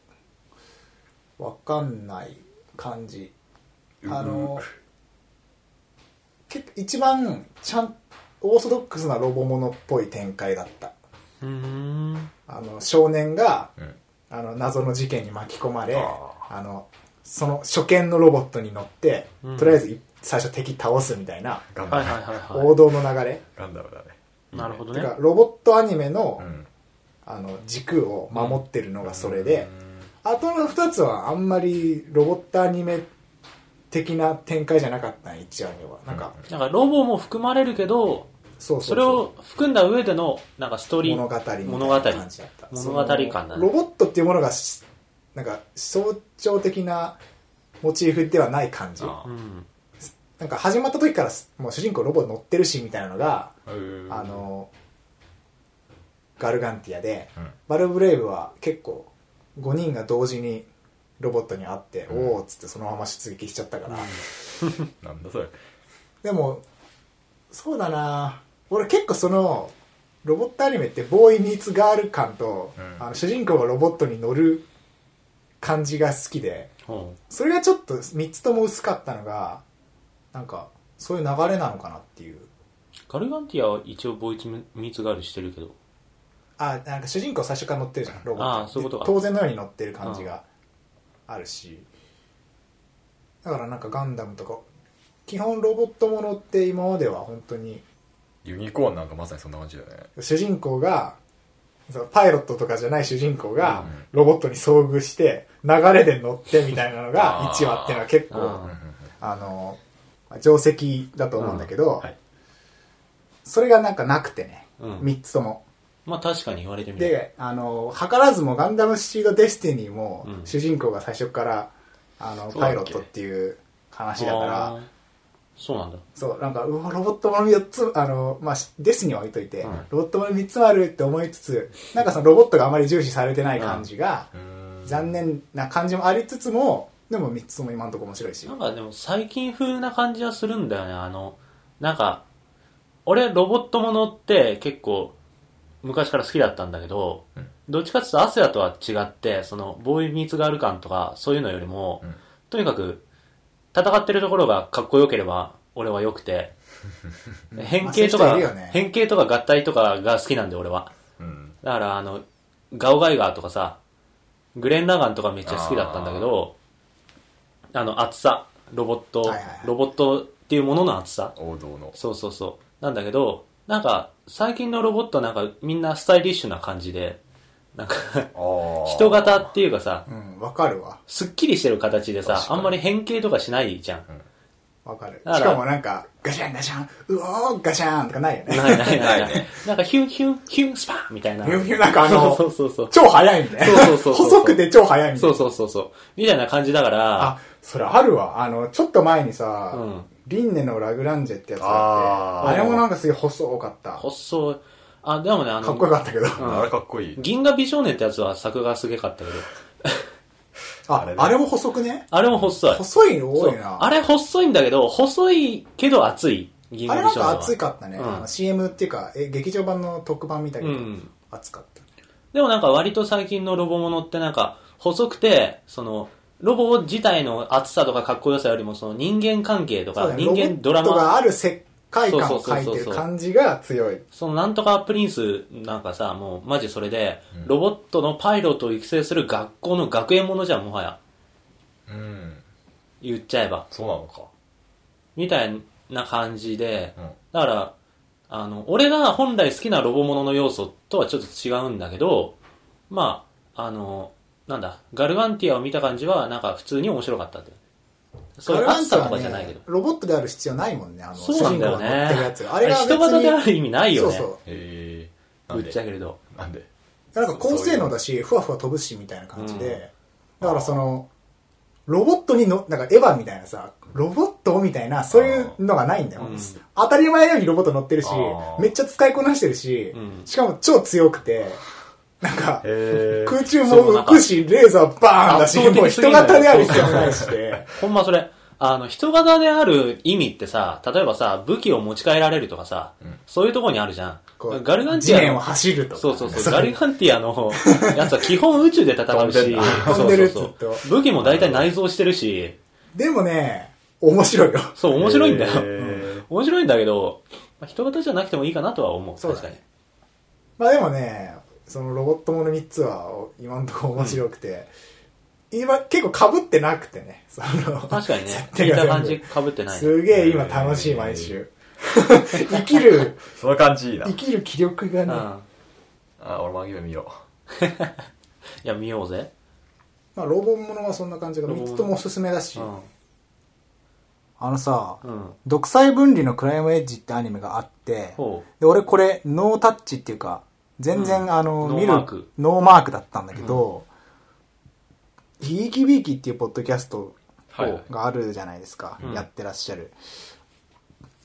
S3: わかんない感じ。あの、結構一番、ちゃん、オーソドックスなロボものっぽい展開だった。
S1: うーん。
S3: あの、少年が、
S2: うん
S3: あの謎の事件に巻き込まれ
S2: あ
S3: あのその初見のロボットに乗って、
S1: うん
S3: とりあえずい最初敵倒すみたいな
S2: ガンダ
S1: は
S2: ム
S1: いはいはいは
S3: 王道の流れ、
S2: ガンダムだね
S1: い。なるほど
S3: て
S1: ね。
S3: かロボットアニメの,、
S2: うん
S3: あの軸を守ってるのがそれで、あとの2つはあんまりロボットアニメ的な展開じゃなかった1話にはなんか、
S1: なんかロボも含まれるけど、
S3: そうそう
S1: それを含んだ上での、なんかストーリー。
S3: 物語みたい
S1: 物
S3: な
S1: 語。
S3: 感じだった
S1: 物語感だ
S3: そのロ
S1: ね。
S3: ボットっていうものがしなんか象徴的なモチーフではない感じ
S2: あ
S1: うん。
S3: なんか始まった時からすもう主人公ロボ乗ってるしみたいなのが、
S2: ー
S3: あのガルガンティアで、
S2: うん
S3: バルブレイブは結構5人が同時にロボットに会って、
S2: うん
S3: おーっつってそのまま出撃しちゃったから、
S2: なんだそれ
S3: でもそうだな俺結構そのロボットアニメってボーイ・ミーツ・ガール感と、
S2: うん
S3: あの主人公がロボットに乗る感じが好きで
S1: ほ
S3: それがちょっと3つとも薄かったのがなんかそういう流れなのかなっていう
S1: うガルガンティアは一応ボイツミツガールしてるけど。
S3: あなんか主人公最初から乗ってるじゃんロボット
S1: あーそういうことか
S3: で当然のように乗ってる感じがあるしだからなんかガンダムとか基本ロボットものって今までは本当に
S2: ユニコーンなんかまさにそんな感じだよね
S3: 主人公がそのパイロットとかじゃない主人公が
S2: うん
S3: ロボットに遭遇して流れで乗ってみたいなのが
S2: あー
S3: 1話っていうのは結構
S1: あー
S3: あのまあ定石だと思うんだけど、
S2: はい
S3: それがなんかなくてね、
S1: うん
S3: 3つとも。
S1: まあ確かに言われてみる。
S3: で、あの、図らずもガンダムシードデスティニーも、
S1: うん
S3: 主人公が最初から、あの、
S2: そうだ
S3: パ
S2: っ
S3: イ
S2: け
S3: ロットっていう話だから、
S1: あーそうなんだ。
S3: そう、なんか、うわ、ロボットもの4つ、あの、まあ、しデスには置いといて、
S1: うん
S3: ロボットもの3つもあるって思いつつ、なんかそのロボットがあまり重視されてない感じが、
S2: うん
S3: 残念な感じもありつつも、でも3つとも今んとこ面白いし
S1: な。んかでも最近風な感じはするんだよね。あの、なんか、俺ロボットものって結構昔から好きだったんだけど、
S2: うん
S1: どっちかっていうとアセアとは違って、そのボーイミーツガール感とかそういうのよりも、
S2: うん
S1: とにかく戦ってるところがかっこよければ俺は良くて、 変形と
S3: ま
S1: か、
S3: あそういう人いるよね
S1: 変形とか合体とかが好きなんで俺は。
S2: うん
S1: だからあの、ガオガイガーとかさ、グレン・ラガンとかめっちゃ好きだったんだけど、あの、厚さ、ロボット、
S3: はいはいはい
S1: ロボットっていうものの厚さ。
S2: 王道の
S1: そうそうそう。なんだけど、なんか、最近のロボットなんかみんなスタイリッシュな感じで、なんか、
S2: ああ
S1: 人型っていうかさ、
S3: うん、わかるわ。
S1: すっきりしてる形でさ
S2: 確、か
S1: あ
S2: に
S1: んまり変形とかしないじゃん。
S3: わかる。
S1: だから
S3: しかもなんか、ガシャンガシャン、うおーガシャンとかないよね。
S1: ない ないないな
S2: ないい。
S1: なんかヒュンヒュン、ヒュンスパンみたいな。
S3: ヒュンヒュンなんかあの
S1: そうそうそうそう。
S3: 超速いみたいな。
S1: そうそうそうそう
S3: 細くて超速いみたいな。
S1: そうそうそうそう。みたいな感じだから、
S3: あ、それあるわ。あの、ちょっと前にさ、
S1: うん
S3: リンネのラグランジェってやつがあって、あ
S2: あー
S3: れもなんかすげえ細かった。か
S1: 細い。あ、でもね、あの、
S3: っこよかったけど。
S2: あれかっこいい
S1: 銀河美少年ってやつは作画がすげかったけど、
S3: あ
S2: あれ、ね
S3: あれも細くね
S1: あれも細い。
S3: 細いの多い
S1: そう
S3: な。
S1: あれ細いんだけど、細いけど熱い。銀
S3: あ
S1: 河
S3: れ
S1: 美
S3: なん
S1: 少年は。
S3: か熱かったね。
S1: うん
S3: あの CM っていうかえ、劇場版の特番みたいけど、
S1: うん
S3: 熱かった。
S1: でもなんか割と最近のロボものってなんか、細くて、その、ロボ自体の熱さとかかっこよさよりも、その人間関係と
S3: そ
S1: か、
S3: うだね
S1: 人間ドラ
S3: ロボット
S1: マ、
S3: がある世界観を
S1: そうそうそうそう
S3: 描いてる感じが強い。
S1: そのなんとかプリンスなんかさ、もうマジそれで、ロボットのパイロットを育成する学校の学園ものじゃん、もはや。
S2: うん
S1: 言っちゃえば。
S2: そうなのか
S1: みたいな感じで、
S2: うん
S1: だから、あの、俺が本来好きなロボものの要素とはちょっと違うんだけど、まあ、あの、なんだ、ガルガンティアを見た感じは、なんか普通に面白かったって。そういう
S3: ガルガ
S1: 暑
S3: ンテ
S1: さ
S3: ィア
S1: と
S3: は
S1: か
S3: ね
S1: じゃないけど。
S3: ロボットである必要ないもんね、あの、
S1: そうなんだよ
S3: 主人公が乗ってるや
S1: ね
S3: つ。。
S1: あれ人型である意味ないよね。
S3: そう
S2: へえな
S1: ぶ
S2: ん
S1: っちゃ
S2: で
S1: けると。
S2: なんで
S3: そう。なんか高性能だし、ふわふわ飛ぶし、みたいな感じで。だからその、ロボットにの、なんかエヴァみたいなさ、ロボットみたいな、そういうのがないんだよ。
S1: うん
S3: 当たり前のようにロボット乗ってるし
S2: あ、ー
S3: めっちゃ使いこなしてるし、
S1: うん
S3: しかも超強くて、なんか、
S2: へえ
S3: 空中も浮くし、レーザーバーンだし、
S1: 圧倒的
S3: もう人型である必要もないしで。
S1: ほんまそれ、あの、人型である意味ってさ、例えばさ、武器を持ち帰られるとかさ、そういうとこにあるじゃん
S3: こ。う
S1: ガルガンテ
S3: 地
S1: ィア
S3: 面を
S1: の
S3: 走るとか。
S1: そうそうそう。ガリガンティアのやつは基本宇宙で戦うし、
S2: 飛んでんだ
S1: そ
S3: 飛
S1: う
S3: ん
S1: そ
S3: で
S1: う
S3: る
S1: そ
S3: ずっと
S1: う。武器も大体内蔵してるし、
S3: でもね、面白いよ。
S1: そう、面白いんだよ。
S2: へー
S1: 面白いんだけど、まあ人型じゃなくてもいいかなとは思う。
S3: そう
S1: 確
S3: だ
S1: かに
S3: ね。まあでもね、そのロボットもの3つは今のところ面白くて、今結構被ってなくてね、その、
S1: 確かにね
S3: 設、定
S1: 聞い
S3: が
S1: た
S3: 全部
S1: 感じ被ってない。
S3: すげえ今楽しい毎週。生きる、
S2: その感じいいな
S3: 生きる気力が
S1: うん。
S3: ね、
S2: あ俺もアニメ見よ
S1: いや、見ようぜ。
S3: まあロボものはそんな感じが
S1: ロボも
S3: 3
S1: の
S3: つともおすすめだし
S1: う、ん。
S3: あのさ、
S1: うん。
S3: 独裁分離のクライムエッジってアニメがあって、
S1: ほ
S3: で、俺これ、ノータッチっていうか、全然、
S1: うん
S3: あの、
S1: ノー
S3: 見る、
S1: マーク
S3: ノーマークだったんだけど、ひいきびいきっていうポッドキャスト
S1: はいはい
S3: があるじゃないですか、
S1: うん
S3: やってらっしゃる。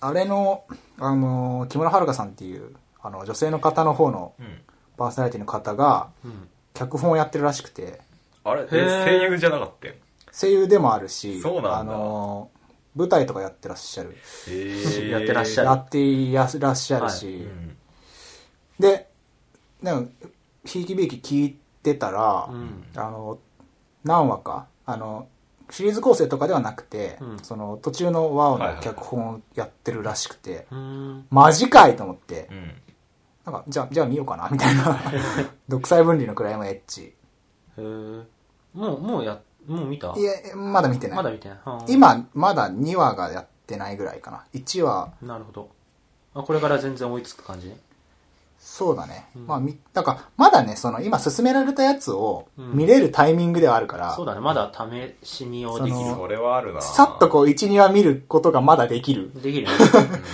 S3: あれの、あの、木村遥さんっていう、あの、女性の方の方の
S2: う、うん、
S3: パーソナリティの方が、
S1: う。うん。
S3: 脚本をやってるらしくて、
S2: あれえ
S1: ー
S2: 声優じゃなかったよ
S3: 声優でもあるし、
S2: そうなんだ
S3: あの、舞台とかやってらっしゃる。
S2: へ
S1: やってらっしゃる
S3: やっていらっしゃるし、
S2: るうん
S3: で、なんか、ひいきびいき聞いてたら、
S1: うん。
S3: あの、何話か、あの、シリーズ構成とかではなくて、
S1: うん
S3: その途中の和
S2: は
S3: 音
S2: いはい
S3: の
S2: はい
S3: 脚本をやってるらしくて、
S1: うん。
S3: マジかいと思って
S2: う、ん
S3: なんか、じゃあ、じゃあ見ようかな、みたい な。独裁分離のクライムエッジ。
S1: へーもう、もうや、もう見た
S3: いえ、まだ見てない。
S1: まだ見てない。はあ、
S3: 今、まだ2話がやってないぐらいかな。1話、
S1: なるほど。あ、これから全然追いつく感じ
S3: そうだね。
S1: ん
S3: まあ、み、なんか、まだね、その、今進められたやつを見れるタイミングではあるから、
S1: そうだね、まだ試し見をでき
S3: その
S1: る。
S2: それはあるな
S3: さっとこう、1、2話見ることがまだできる。
S1: できるね。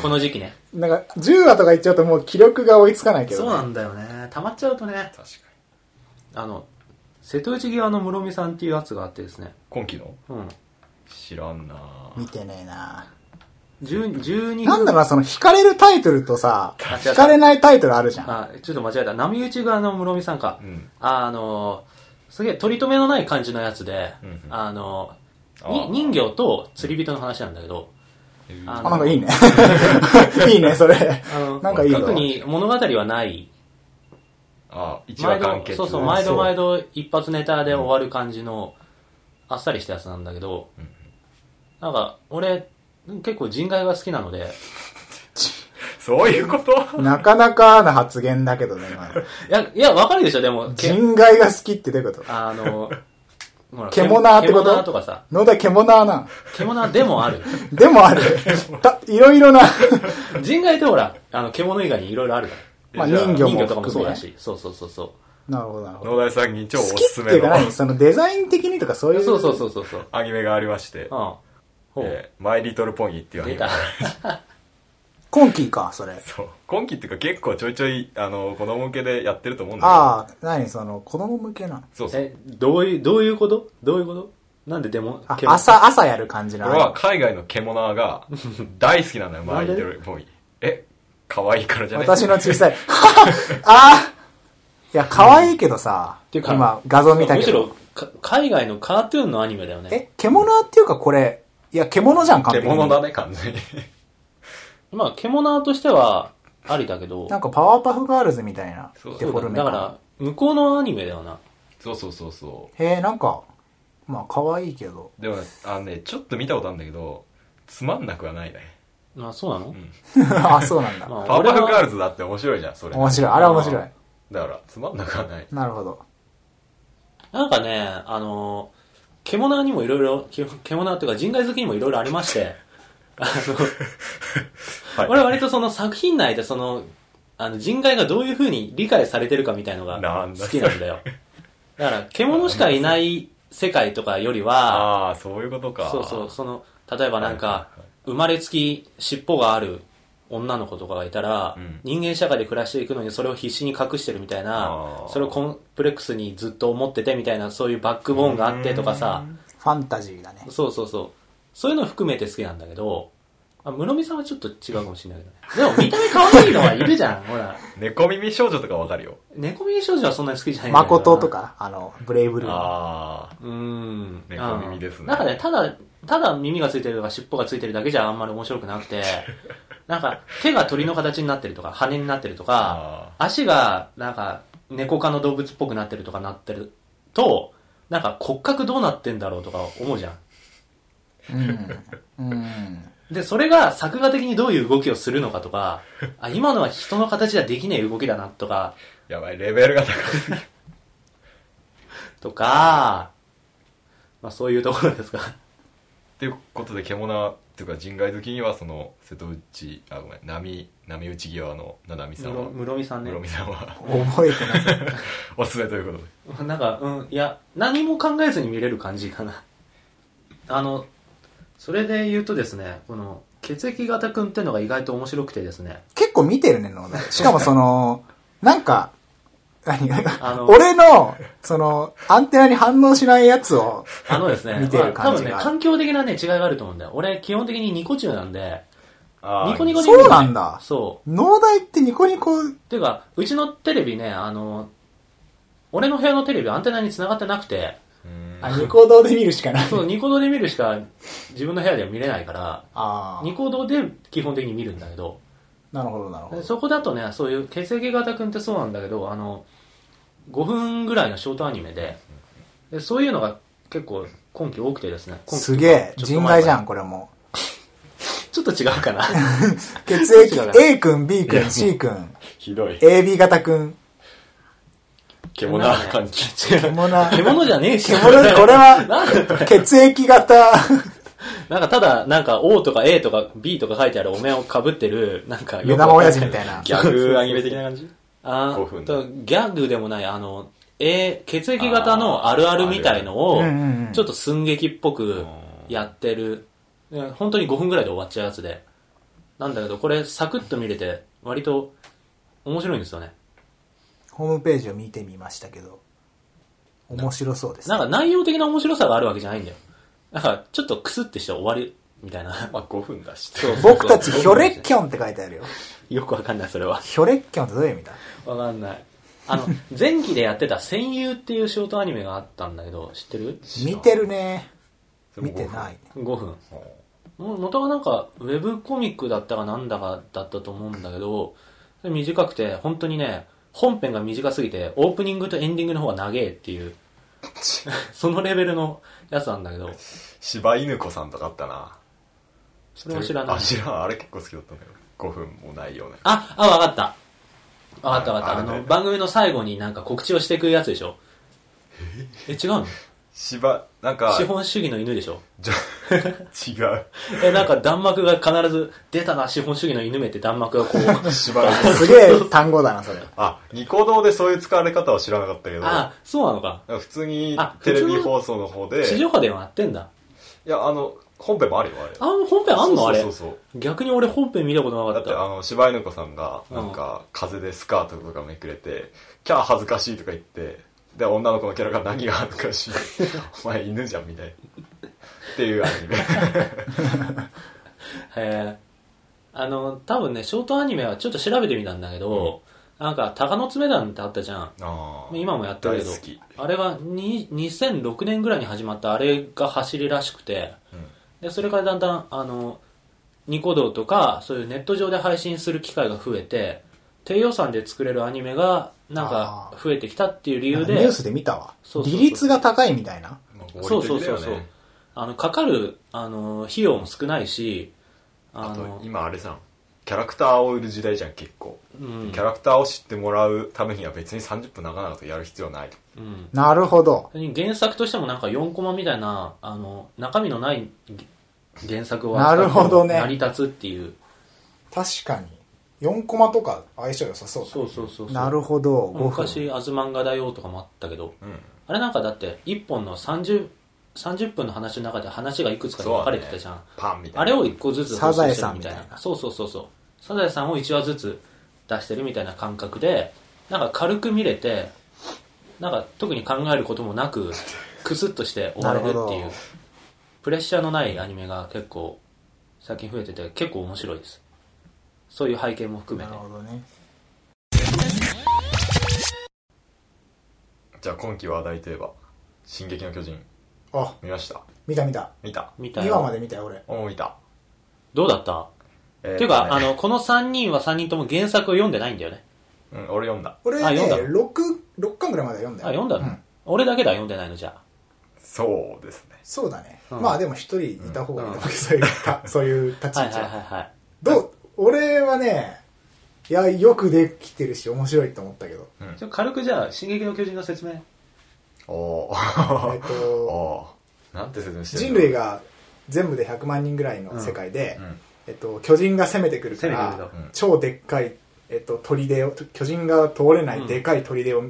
S1: この時期ね。
S3: なんか、10話とか言っちゃうともう気力が追いつかないけど、
S1: そ
S3: ね。
S1: うなんだよね。溜まっちゃうとね。
S2: 確かに
S1: あの、瀬戸内際の室見さんっていうやつがあってですね。
S2: 今期の
S1: うん。
S2: 知らんな
S3: 見てねえな
S1: 10 12
S3: なんだろうな、その、惹かれるタイトルとさ、
S1: あ違う
S3: 惹かれないタイトルあるじゃん。
S1: あ、ちょっと間違えた。波打ち側の室見さんか。
S2: うん
S1: あの、すげえ取り留めのない感じのやつで、
S2: うんうん
S1: あの、
S2: あ
S1: に
S2: ー
S1: 人魚と釣り人の話なんだけど、あ
S3: あ、なんかい いね。いいね、それ。
S1: あの、
S3: なんかいい
S1: 特
S3: よ。
S1: に物語はない
S2: あ一話
S1: 毎
S2: 完
S1: 度
S2: 結
S1: そうそう
S3: ね
S1: 毎度毎度一発ネタで終わる感じの、あっさりしたやつなんだけど、なんか俺結構人外が好きなので
S2: そういうこと
S3: なかなかな発言だけどね、今の
S1: いやいやわかるでしょでもけ
S3: 人外が好きってどういうこと
S1: あのほら
S3: 獣ってこと
S1: 獣とかさ
S3: 野田獣なん。
S1: 獣でもある
S3: でもある。た、いろいろな、
S1: 人外ってほらあの獣以外にいろいろあるか
S3: まあ
S2: じゃあ
S3: 人
S1: ら
S3: 魚
S1: 人魚
S3: も
S1: とかも
S3: 含
S1: そう
S3: め
S1: だ。しそうそうそうそう
S3: なるほど、なるほど。
S2: 農大さんに超お
S3: 好
S2: す
S3: き
S2: す
S3: って
S2: め
S3: いうか
S2: の
S3: 何そのデザイン的にとかそういう。
S1: そうそうそうそうそううん
S2: アニメがありまして
S1: ほう、
S2: えーマイ・リトル・ポニーっていうアニ
S1: 出
S2: メが
S1: た
S3: 今期か、それ。
S2: そう今期っていうか結構ちょいちょいあの子供向けでやってると思うんだけど
S3: ああ、何その、子供向けなの
S2: そうそう
S1: えどういうどういうことどういうことなんででも
S3: あ、
S1: 獣
S3: 朝、朝やる感じな
S2: 俺は海外の獣が大好きなんだよマイ・リトル・ポニーえ可愛いからじゃない
S3: 私の小さい。 ああいや、可愛いけどさ、
S1: ていうか
S3: 今、画像見た
S1: む
S3: け
S1: しろ
S3: ど。
S1: か海外のカートゥーンのアニメだよね
S3: え、獣っていうかこれ、いや、獣じゃん、完璧に
S2: 獣だね完全に
S1: まあ、獣としては、ありだけど、
S3: なんかパワーパフガールズみたいな
S2: そう
S3: デ
S1: そ
S3: フォ
S1: うだ
S3: ル
S1: ねだ
S3: メ感
S1: から、向こうのアニメだよな。
S2: そうそうそうそう
S3: へえなんかまあ可愛い けど
S2: でもねあのねちょっと見たことあるんだけどつまんなくはないね
S1: あ、そうなの、
S3: あそうなんだ
S1: ま
S2: パ
S1: あ、
S2: ワ
S1: 俺
S2: ーパフガー
S1: は、
S2: ルズだって面白いじゃんそれ
S3: 面白いあれは面白い
S2: だからつまんなくはない
S3: なるほど
S1: なんかね、あの獣にもいろいろ、け獣というか人外好きにもいろいろありま して、あの、
S2: はい
S1: 俺は割とその作品内でその、あの人外がどういう風に理解されてるかみたいのが
S2: なんだ
S1: 好きなんだよ。だから、獣しかいない世界とかよりは、
S2: ああ、そういうことか。
S1: そうそう、その、例えばなん
S2: は
S1: か、生まれつき尻尾がある女の子とかがいたら、
S2: うん
S1: 人間社会で暮らしていくのにそれを必死に隠してるみたいな
S2: あ、ー
S1: それをコンプレックスにずっと思っててみたいな、そういうバックボーンがあってとかさ、
S3: ファンタジーだね。
S1: そうそうそう。そういうの含めて好きなんだけど、あ室見さんはちょっと違うかもしれないけ どね。でも見た目可愛いのはいるじゃん、ほら。
S2: 猫耳少女とかわかるよ。
S1: 猫耳少女はそんなに好きじゃないんだけどな
S3: 誠と。か、あの、ブレイブルーの。
S2: ああ。
S1: うーん。
S2: 猫耳ですね
S1: なんかね、ただ、ただ耳がついてるとか尻尾がついてるだけじゃあんまり面白くな くて、なんか手が鳥の形になってるとか、羽になってるとか、足がなんか猫科の動物っぽくなってるとかなってると、なんか骨格どうなってんだろうとか思うじゃん。
S3: うん。うん。
S1: で、それが作画的にどういう動きをするのかと か、あ、今のは人の形じゃできない動きだなとか、
S2: やばい、 レベルが高すぎる。
S1: とか、まあそういうところですか。
S2: ということで、獣っていうか人外好きには、その、瀬戸内、あ、ごめん、波、波打ち際のななみさんは、
S1: 室見さんね
S2: 室。見さんは、
S3: 覚えてない。
S2: おすすめということで。
S1: なんか、うん、いや、何も考えずに見れる感じかな。あの、それで言うとですね、この、血液型くんってのが意外と面白くてですね、
S3: 結構見てるね、の しかもその、なんか、何
S1: の
S3: 俺の、その、アンテナに反応しないやつを、
S1: あのですね、
S3: 見てる
S1: まあ多
S3: 感じ
S1: 分ね
S3: が、
S1: 環境的なね、違いがあると思うんだよ。俺、基本的にニコ中なんで、
S2: あー
S1: ニコニコで見るのね
S3: そうなんだ
S1: そう。
S3: 農大ってニコニコ、
S1: ていうか、うちのテレビね、あの、俺の部屋のテレビアンテナに繋がってなくて、
S2: うーん
S3: あ、ニコ動で見るしかない。
S1: そう、ニコ動で見るしか自分の部屋では見れないから、
S3: あ
S1: ニコ動で基本的に見るんだけど、
S3: あ、なるほど、なるほ
S1: で
S3: ど。
S1: そこだとね、そういう血液型くんってそうなんだけど、あの、5分ぐらいのショートアニメで、でそういうのが結構今期多くてですね、今期
S3: すげえ、
S1: ちょっと前
S3: 人外じゃん、これも。
S1: ちょっと違うか な。
S3: 血
S1: ち
S3: 液
S1: ょっと違うか、な
S3: A 君、B 君、C 君、
S4: ひどい。
S3: AB 型君、
S4: 獣な感じ。
S3: 獣な、
S1: 獣じゃねえし。
S3: 獣、これ は、血液型、
S1: なんかただ、なんか O とか A とか B とか書いてあるお面をかぶってる、なんか
S3: 目
S1: わかんな
S3: 玉親父みたいな。
S4: ギャグアニメ的な感じ
S1: あ
S4: 5分
S1: とギャグでもない、あの、えー血液型のあるあるみたいのを
S3: あるあるうんうんうん、
S1: ちょっと寸劇っぽくやってる。いや本当に5分ぐらいで終わっちゃうやつで。なんだけど、これサクッと見れて、割と面白いんですよね。
S3: ホームページを見てみましたけど、面白そうです。
S1: なんか内容的な面白さがあるわけじゃないんだよ。なんかちょっとクスってして終わり、みたいな。
S4: まあ5分だし。
S3: 僕たち、ヒョレッキョンって書いてあるよ。
S1: よくわかんない、それは。
S3: ヒョレッキョンってどういう意味だ
S1: わかんない。あの、前期でやってた戦友っていうショートアニメがあったんだけど、知ってる
S3: 見てるね。
S2: それ
S3: 見
S2: も
S3: てない。
S1: 5分も元がなんかウェブコミックだったかなんだかだったと思うんだけど短くて本当にね本編が短すぎてオープニングとエンディングの方が長えっていう そのレベルのやつなんだけど
S2: 柴犬子さんとかあったな。
S1: それは知らない
S2: あ、知らん。あれ結構好きだったんだよ。5分もないよね。
S1: ああわかったわかったわかったあ
S2: ああれ
S1: の
S2: ね
S1: 番組の最後になんか告知をしていくやつでしょえ違うの
S2: 柴、なんか、
S1: 資本主義の犬でしょ
S2: じゃ 違う。
S1: えなんか弾幕が必ず出たな資本主義の犬めって弾幕 がこう
S2: 柴犬子
S3: すげえ単語だな、それ。
S2: あ、ニコ動でそういう使われ方は知らなかったけど、
S1: あそうなのか
S2: 普通に
S1: あ
S2: テレビ放送の方で、
S1: 地
S2: い
S1: 上波でもやってんだ
S2: や、あの、本編もあるよ、あれ。
S1: あ本編あんのあれ
S2: そうそうそう
S1: 逆に俺本編見たことな
S2: だ
S1: か
S2: っ、
S1: って
S2: あ
S1: た。
S2: の、柴犬子さんが、なんか、風邪でスカートとかめくれて、キャー恥ずかしいとか言って、で、女の子のキャラが何が恥ずか しいお前犬じゃん、みたいな。っていうアニ メ。
S1: へえ。あの、多分ね、ショートアニメはちょっと調べてみたんだけど、なんか、鷹の爪団ってあったじゃん。
S2: あー
S1: 今もやってるけど
S2: 大好き。、
S1: あれはに2006年ぐらいに始まったあれが走りらしくて、
S2: うん
S1: で、それからだんだん、あの、ニコ動とか、そういうネット上で配信する機会が増えて、低予算で作れるアニメが、なんか、増えてきたっていう理
S3: ニ
S1: 由
S3: ュ
S1: で、
S3: ースで見たわ
S1: そう。そうそう
S3: 利率が高いみたいな。
S2: まあ
S1: そ
S2: 合
S1: う
S2: 理
S1: そう
S2: 的だ
S1: そ
S2: よ
S1: うそう
S2: ね。
S1: あのかかるあの費用も少ないしあ
S2: あ
S1: の
S2: と、今あれじゃん。キャラクターを売る時代じゃん結構、
S1: うん
S2: キャラクターを知ってもらうためには別に30分長々とやる必要ないと
S1: うん
S3: なるほど。
S1: 原作としてもなんか4コマみたいな、あの、中身のない原作は、
S3: なるほどね
S1: 成り立つっていう。
S3: 確かに。4コマとか相性良さそうだね
S1: そうそうそうそう。
S3: なるほど、5分。
S1: 昔、アズマンガだよとかもあったけど、
S2: うん
S1: あれなんかだって、1本の30、30分の話の中で話がいくつかに分かれてたじゃん。
S2: パンみたいな
S1: あれを1個ずつ
S3: サザエさ
S1: 放
S3: ん
S1: 送してる
S3: みたいな
S1: そうそうそうそう。サザエさんを1話ずつ出してるみたいな感覚で、なんか軽く見れて、なんか特に考えることもなく、クスッとして終われるってい
S3: なる
S1: う
S3: ほど、
S1: プレッシャーのないアニメが結構、最近増えてて結構面白いです。そういう背景も含め
S3: な
S1: て
S3: る。ほどね。
S2: じゃあ今期話題といえば「進撃の巨人
S3: あ、」
S2: 見ました
S3: 見た見た。
S2: 見た
S1: みたい
S3: 2話ま
S1: な。
S3: で見たよ、俺。
S2: お見た、
S1: どうだった
S2: えー
S1: っていうか、
S2: ね
S1: あの、この3人は3人とも原作を読んでないんだよね。
S2: うん、俺読んだ
S3: 俺
S1: あ
S3: ね、
S1: 読んだ
S3: 6、六巻ぐらいまで読ん
S1: あ、
S3: だよ。
S1: 読んだの、俺だけだ、読んでないの、じゃあ。
S2: そうですね
S3: そうだね。
S1: うん
S3: まあでも一人いた方がいいと思うけどそういうた、そういう立ち位置
S1: はい
S3: は。
S1: はいはいはい。
S3: どう、俺はね、いや、よくできてるし、面白いと思ったけど。
S1: ちょ軽くじゃあ、進撃の巨人の説明。
S2: お
S3: え
S2: ー
S3: っと、
S2: おーなんて説明してる
S3: 人類が全部で100万人ぐらいの世界で、
S2: うん
S3: えっと、巨人が攻めてくるか
S1: 攻めてくる
S3: ら
S1: と
S2: うん、
S3: 超でっかい、えっと、砦を、巨人が通れないでかい砦を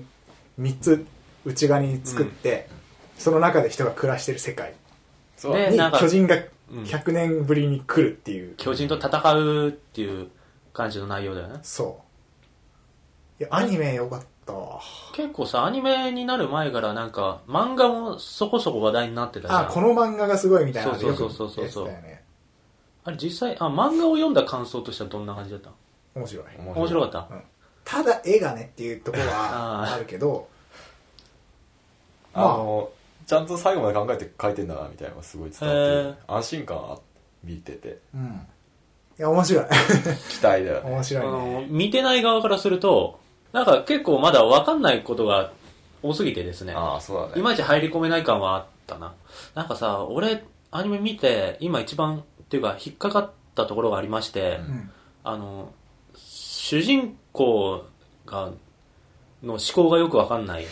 S3: 3つ内側に作って、その中で人が暮らしてる世界
S2: そう
S1: でえ
S3: に
S1: なんか
S3: 巨人が
S1: うん
S3: 100年ぶりに来るっていう、
S1: 巨人と戦うっていう感じの内容だよね。
S3: そう。いや、アニメよかったわ。
S1: 結構さ、アニメになる前からなんか、漫画もそこそこ話題になってたじゃん。
S3: あ、この漫画がすごいみたいな
S1: そうそうそうそうそう
S3: よく言ってたよね。
S1: あれ実際、あ、漫画を読んだ感想としてはどんな感じだった
S3: 面白い。
S1: 面白かった、
S3: うんただ絵がねっていうところ
S1: あ ー
S3: はあるけど、
S2: あのちゃんと最後まで考えて書いてんだなみたいなのがすごい伝わって安心感あ見てて
S3: うん。いや、面白 い。
S2: 期待だよね
S3: 面白い
S1: あの
S3: ね。
S1: 見てない側からすると、なんか結構まだわかんないことが多すぎてですね。
S2: ああそうだ
S1: い
S2: ね
S1: まいち入り込めない感はあったな。なんかさ、俺、アニメ見て、今一番、っていうか、引っかかったところがありまして、
S3: うん。
S1: あの、主人公が、の思考がよくわかんない。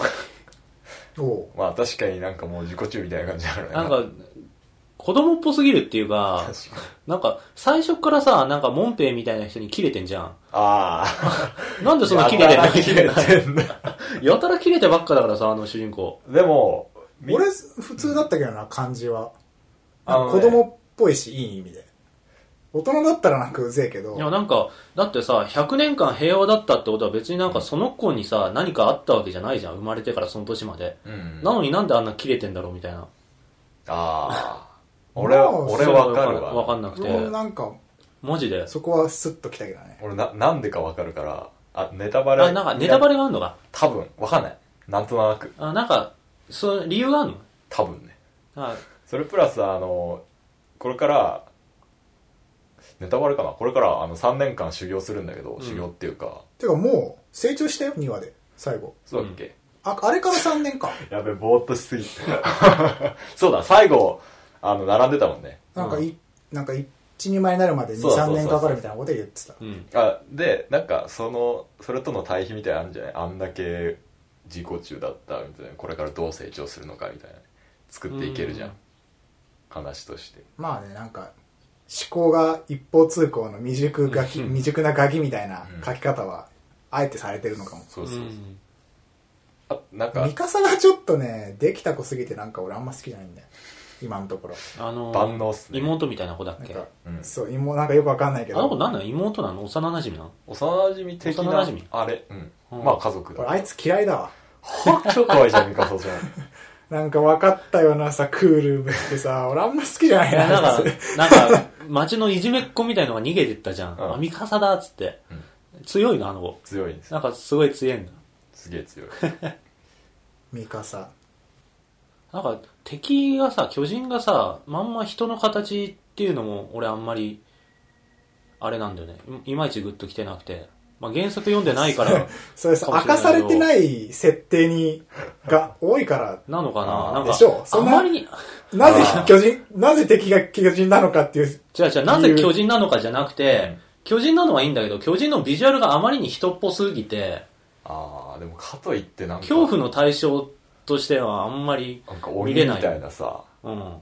S3: おう
S2: まあ確かになんかもう自己中みたいな感じあるね
S1: なんか、子供っぽすぎるっていう か、
S2: 確かに
S1: なんか、最初からさ、なんか、モンペイみたいな人にキレてんじゃん。
S2: ああ
S1: なんでそんなキ レてんの
S2: 切れてんだ
S1: やたらキレてばっかだからさ、あの主人公。
S2: でもみ
S3: 俺、普通だったけどな、感じは。
S2: あ
S3: なん
S2: の
S3: か
S2: ね
S3: 子供っぽいし、いい意味で。大人だったらなんかうぜえけど
S1: い、や、なんか、だってさ、100年間平和だったってことは別になんかその子にさ、何かあったわけじゃないじゃん。生まれてからその年まで。
S2: うん
S1: なのになんであんな切れてんだろうみたいな。
S2: ああ俺
S3: まあ
S2: は俺わかる
S1: わ。わか
S2: わ
S1: んなくて
S3: 俺。もなんか、
S1: マジで。
S3: そこはスッと来たけどね。
S2: 俺ななんでかわかるからあネタバレ
S1: あ、なんかネタバレがあるのか。
S2: 多分わかんないなんとなく
S1: あ、なんか、その理由があるの
S2: 多分ね
S1: あ
S2: それプラスあのこれからネタバレかなこれからあの3年間修行するんだけど、修行っていうか
S3: てかもう、成長したよ、2話で。最後。
S2: そうだっけ、
S3: あ、あれから3 年か。
S2: やべぼーっとしすぎて そうだ最後あの並んでたもんね
S3: なんか、い、なんか、一、二枚になるまで2、
S2: そうそうそう
S3: 3年かかるみたいなこと言ってた。
S1: うん。
S2: あでなんかそのそれとの対比みたいなのあるんじゃないあんだけ自己中だったみたいなこれからどう成長するのかみたいな作っていけるじゃん、
S1: うん
S2: 話として
S3: まあね、なんか、思考が一方通行の未熟ガキ、未熟なガキみたいな書き方は、あえてされてるのかも。
S2: そう
S1: う
S2: そうそう、
S1: ん。
S2: あなんか
S3: ミカサがちょっとね、できた子すぎてなんか俺あんま好きじゃないんだよ。今のところ。
S1: あの、
S2: 万能っすね
S1: 妹みたいな子だっ
S3: なん
S1: け
S3: か
S1: あ、
S2: うん
S3: そう、妹なんかよくわかんないけ
S1: の子
S3: ど、
S1: なんなの妹なの幼馴染なの
S2: 幼馴染的
S1: 幼
S2: な
S1: 馴染
S2: あれ、うん
S1: うん
S2: まあ家族だ
S3: 俺あいつ嫌いだわ。
S2: ほんと可愛いじゃんミカサちゃん
S3: なんか分かったようなさ、クールぶってさ、俺あんま好きじゃない
S1: いやな
S3: な。
S1: ん
S3: あい
S1: か
S3: つ、
S1: なんか、街のいじめっ子みたいのが逃げてったじゃん。
S2: うん
S1: あ、ミカサだっつって。
S2: うん
S1: 強いの、あの子。
S2: 強いんですよ
S1: なんかすごい強いんだ。
S2: すげえ強い
S3: ミカサ。
S1: なんか敵がさ、巨人がさ、まんま人の形っていうのも俺あんまり、あれなんだよね。いいまいちグッときてなくて。まあ、原作読んでないから、
S3: それさ、
S1: かも
S3: 明
S1: しれな
S3: か
S1: いけど
S3: されてない設定に、が多いから、
S1: なのか
S2: あ
S1: な
S2: ー
S1: なんか
S3: でしょう、
S1: あ
S3: そ
S1: ん
S3: んな
S1: まりに、
S3: なぜ
S2: あー
S3: 巨人、なぜ敵が巨人なのかっていう、
S1: 違う違う、なぜ巨人なのかじゃなくて、巨人なのはいいんだけど、巨人のビジュアルがあまりに人っぽすぎて、
S2: ああでもかといってなんか
S1: 恐怖の対象としてはあんまり
S2: なんか
S1: 見
S2: 鬼
S1: れ
S2: み
S1: ない。
S2: たいなさ
S1: うん。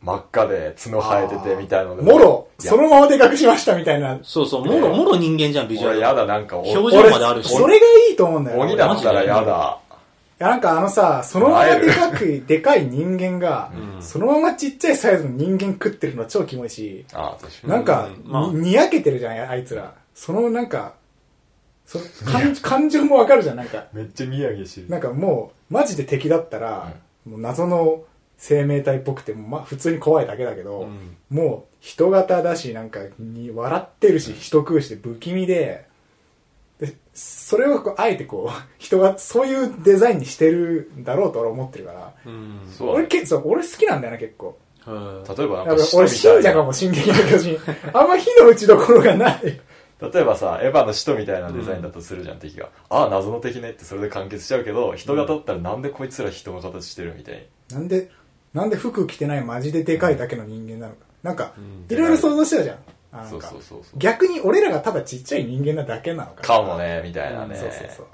S2: 真っ赤で角生えててみたいなので
S3: もろ、
S2: いや
S3: そのままでかくしましたみたいな。
S1: そうそう、もろもろ人間じゃん、ビジュア
S2: 俺
S1: ル。
S2: やだなんかお
S1: 表情
S3: 俺、
S1: まであるし。
S3: それがいいと思うんだよ。
S2: 鬼だ
S3: 俺
S2: ったらやだ
S3: いや、なんかあのさ、そのままでかく、でかい人間が、
S1: うん
S3: そのままちっちゃいサイズの人間食ってるの超キモいし、
S2: ああ確かに
S3: なんか、
S1: うんまあ
S3: ににやけてるじゃん、あいつら。そのなんか、そ感感情もわかるじゃん、なんか。
S2: めっちゃ見上げしてる
S3: なんかもう、マジで敵だったら、もう謎の生命体っぽくて、まあ普通に怖いだけだけど、
S1: うん
S3: もう人型だし、なんかに笑ってるし、人食うしで不気味で、でそれをこうあえてこう、 人がそういうデザインにしてるんだろうと俺思ってるから、
S1: うん。
S2: そうだ
S3: 俺
S2: ね
S3: けそう俺好きなんだよな、結構。
S1: うん
S2: 例えば
S3: だ
S2: な
S3: か
S2: んから
S3: 俺、信者かも、進撃の巨人。あんま火の打ちどころがない。
S2: 例えばさエヴァの使徒みたいなデザインだとするじゃん、敵がああ謎の敵ねってそれで完結しちゃうけど人型だったらなんでこいつら人の形してるみたいに
S3: なんで、なんで服着てないマジででかいだけの人間なのか。なんか、
S1: ん
S3: いろいろ想像してたじゃん。あなん
S2: そう
S3: か
S2: そうそうそう
S3: 逆に俺らがただちっちゃい人間なだけなのか。
S2: かもねみたいなね、
S3: そうそうそう。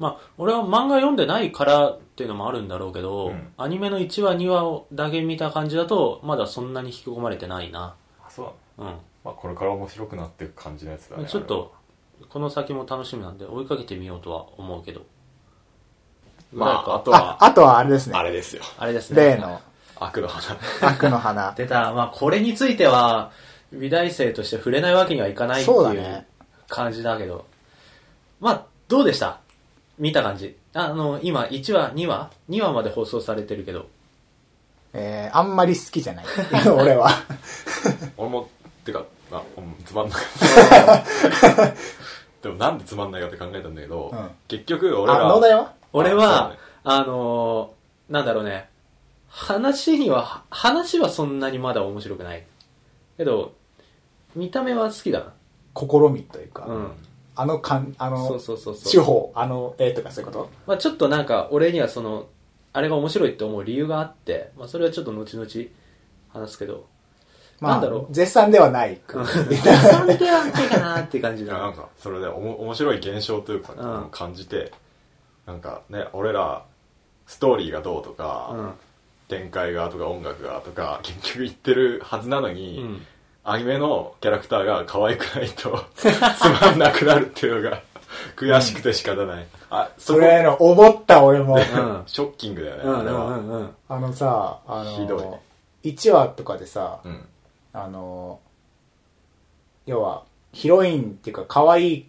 S1: まあ、俺は漫画読んでないからっていうのもあるんだろうけど、
S2: うん
S1: アニメの1話、2話をだけ見た感じだと、まだそんなに引き込まれてないな。
S2: あそうなの
S1: うん。
S2: まあこれから面白くなっていく感じのやつだね
S1: ちょっと、この先も楽しみなんで、追いかけてみようとは思うけど。
S4: ま
S1: なんか
S4: あ、あと
S3: あ
S4: は、、
S3: あとはあれですね
S4: あ。れですよ。
S1: あれですね。
S3: 例の
S4: 悪の花。
S3: 悪の花。
S1: 出た、まあ、これについては、美大生として触れないわけにはいかないってい
S3: そうだ
S1: う
S3: ね
S1: 感じだけど、まあ、どうでした見た感じ。あの、今、1話、2話 ?2 話まで放送されてるけど。
S3: えー、あんまり好きじゃない。 俺は。
S4: 俺も、てか、あ、うんつまんなか った。でもなんでつまんないかって考えたんだけど、
S3: うん
S4: 結局俺
S3: あ、
S4: ら、
S3: 農大は
S1: 俺
S4: そう
S1: は、
S4: ね
S1: あのーなんだろうね、話には、話はそんなにまだ面白くない。けど、見た目は好きだ
S3: 試みというか、
S1: な。うん。
S3: あのかん、あ
S1: そう
S3: の、
S1: そうそう
S3: 手
S1: そう。
S3: 法、あの絵とかそういうこと
S1: まあちょっとなんか、俺にはその、あれが面白いって思う理由があって、まあそれはちょっと後々話すけど、なんだろう
S3: 絶賛ではない。
S1: それではないかなっていう感じ
S4: いや
S1: だ
S4: なん
S1: な。
S4: かそれでおも面白い現象というか、
S1: うん
S4: 感じてなんかね俺らストーリーがどうとか、
S1: うん。
S4: 展開がとか音楽がとか結局言ってるはずなのに、
S1: うん
S4: アニメのキャラクターが可愛くないとつまんなくなるっていうのが悔しくて仕方ない、あそ
S3: そ
S4: こ
S3: れの、思った俺も。
S1: うん
S4: ショッキングだよね、
S1: うん
S4: あ
S1: う
S4: れは、
S1: んうんうん。
S3: あのさ、あの、
S4: ひどい
S3: 1話とかでさ、
S4: うん
S3: あの、要は、ヒロインっていうか、可愛いっ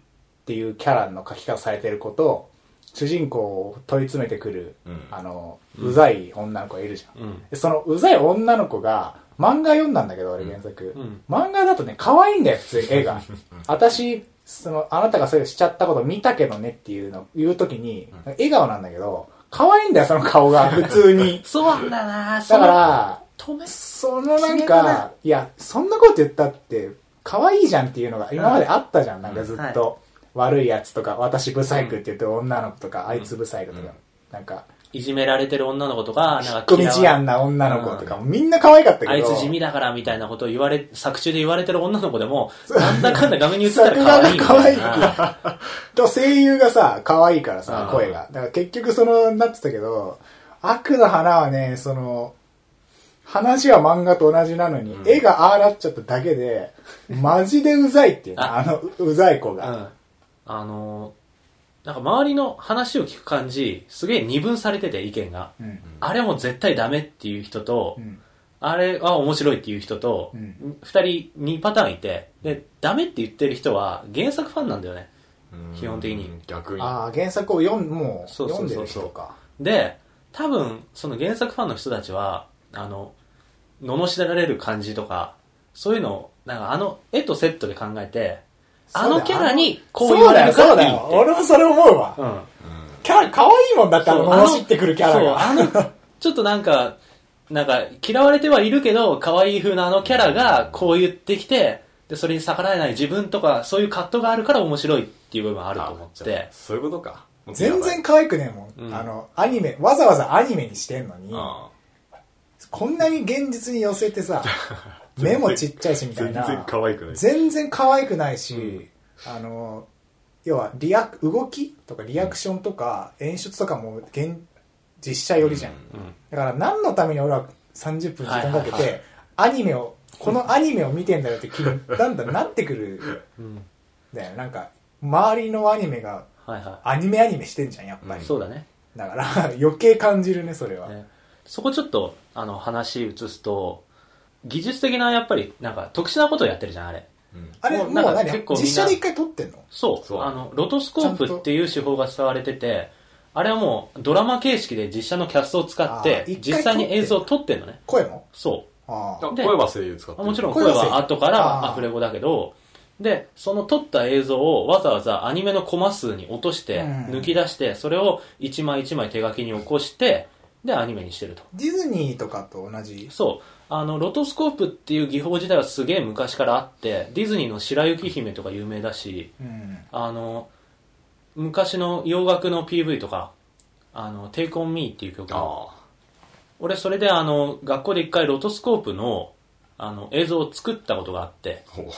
S3: ていうキャラの描き方されてることを、主人公を問い詰めてくる、
S4: うん
S3: あの、うざい女の子がいるじゃん。
S1: うん。
S3: でそのうざい女の子が、漫画読んだんだけど、俺原作。
S1: うん。
S3: 漫画だとね、可愛いんだよ、普 通に絵が。私、その、あなたがそれしちゃったこと見たけどねっていうのを言うときに、笑顔なんだけど、可愛いんだよ、その顔が、普通に
S1: そうなんだな
S3: だから、
S1: その止め
S3: そのなん
S1: 決めだな
S3: か、いや、そんなこと言ったって、可愛いじゃんっていうのが今まであったじゃん、なんかずっと。悪いやつとか、私ブサイクって言ってる女の子とか、あいつブサイクとか、なんか、
S1: いじめられてる女の子とか、なんか
S3: 組
S1: 嫌
S3: み
S1: わ
S3: 思案な女の子とか、みんな可愛かったけど。
S1: あいつ地味だからみたいなことを言われ、作中で言われてる女の子でも、なんだかんだ画面に映ったら可愛いみたい
S3: 作
S1: な。
S3: と声優がさ、可愛いからさ
S1: う、ん
S3: 声が。だから結局その、なってたけど、悪の花はね、その、話は漫画と同じなのに、絵がああなっちゃっただけで、マジでうざいっていうね、
S1: あ
S3: あの、ううざい子
S1: う
S3: が。
S1: ん。あのー、なんか周りの話を聞く感じ、すげえ二分されてて意見が。
S3: うん。
S1: あれも絶対ダメっていう人と、
S3: うん
S1: あれは面白いっていう人と、
S3: う
S1: 二、
S3: ん
S1: 人、二パターンいて、で、ダメって言ってる人は原作ファンなんだよね。基本的に
S4: うん逆に
S3: ああ、原作を読ん、もう、
S1: そうそう
S3: 読
S1: そ
S3: ん
S1: う
S3: で
S1: そう
S3: る人か。
S1: で、多分、その原作ファンの人たちは、あの、罵られる感じとか、そういうのを、なんかあの絵とセットで考えて、あのキャラにこう言われるか
S3: そ
S1: ら
S3: うだ
S1: いい
S3: よ
S1: っ、
S3: そう
S1: て
S3: だよ。。俺もそれ思うわ。
S1: うん。
S3: キャラ可愛いもんだって、あの、
S1: そうあの
S3: 罵ってくるキャラが。
S1: そう、あの、ちょっとなんか、なんか、嫌われてはいるけど、可愛い風なあのキャラがこう言ってきて、で、それに逆らえない自分とか、そういう葛藤があるから面白いっていう部分あると思
S4: あ
S1: っ
S4: じゃあ
S1: て。
S4: そういうことかもっとやばい
S3: 全然可愛くねえもん、
S1: うん
S3: あのアニメわざわざアニメにしてんのに
S4: あ
S3: こんなに現実に寄せてさ目もちっちゃいしみたいな
S4: 全然可愛くない
S3: 全然可愛くないし、あの要はリアク動きとかリアクションとか演出とかも現実写寄りじゃん、だから何のために俺は30分時間か
S1: はいは
S3: け
S1: いは
S3: てアニメをこのアニメを見てんだよって気にだんだんなってくる
S1: うん。
S3: だよなんか周りのアニメが
S1: はいは
S3: アニメアニメしてんじゃんやっぱり、
S1: い。そうだね。
S3: だから 余計感じるねそれは、
S1: ねそこちょっと、あの、話移すと、技術的な、やっぱり、なんか、特殊なことをやってるじゃん、あれ。
S3: あれ
S1: も
S3: も
S1: う
S3: う
S1: なんか
S3: 何
S1: 結構みんな
S3: 実写で一回撮ってんの
S1: そう
S4: そう
S1: あのロトスコー
S3: ちゃん
S1: プ
S3: と
S1: っていう手法が使われててあれはもうドラマ形式で実写のキャストを使って
S3: あー一回撮って
S1: 実際に映像を撮ってんのね
S3: 声も
S1: そ
S3: ああ
S1: で
S4: 声は声優使っ
S1: う
S4: てる
S1: もちろん
S3: 声
S1: 声
S3: は
S1: は後から
S3: あー
S1: アフレコだけどでその撮った映像をわざわざアニメのコマ数に落として
S3: うん
S1: 抜き出してそれを一枚一枚手書きに起こしてでアニメにしてると
S3: ディズニーとかと同じ
S1: そうあのロトスコープっていう技法自体はすげえ昔からあってディズニーの「白雪姫」とか有名だし
S3: うん
S1: あの、昔の洋楽の PV とか、あの、Take on Me っていう曲の、
S4: あ
S1: 俺それであの、学校で一回ロトスコープの、あの、映像を作ったことがあって、
S4: あほ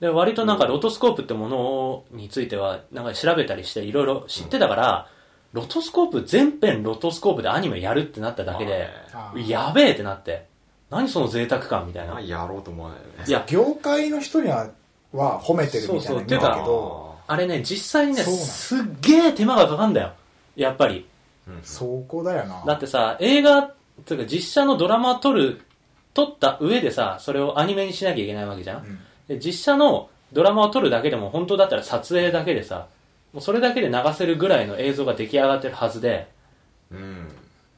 S1: で、割となんかロトスコープってものについては、なんか調べたりしていろいろ知ってたから、ロトスコープ、全編ロトスコープでアニメやるってなっただけで、
S3: あー
S1: やべえってなって、何その贅沢感みたいうな。
S4: まあ
S1: い
S4: やろうと思わないよね
S1: や、
S3: 業界の人にはは褒めてるみたい
S1: そうそう
S3: な見たけど
S4: あ
S1: あれね、実際にね、
S3: そうなの
S1: すっげえ手間がかかんだよ。やっぱり。
S3: そこだよな
S1: だってさ、映画、というか実写のドラマ撮る、撮った上でさ、それをアニメにしなきゃいけないわけじゃん。
S3: うん
S1: で実写のドラマを撮るだけでも、本当だったら撮影だけでさ、もうそれだけで流せるぐらいの映像が出来上がってるはずで、
S4: ーうん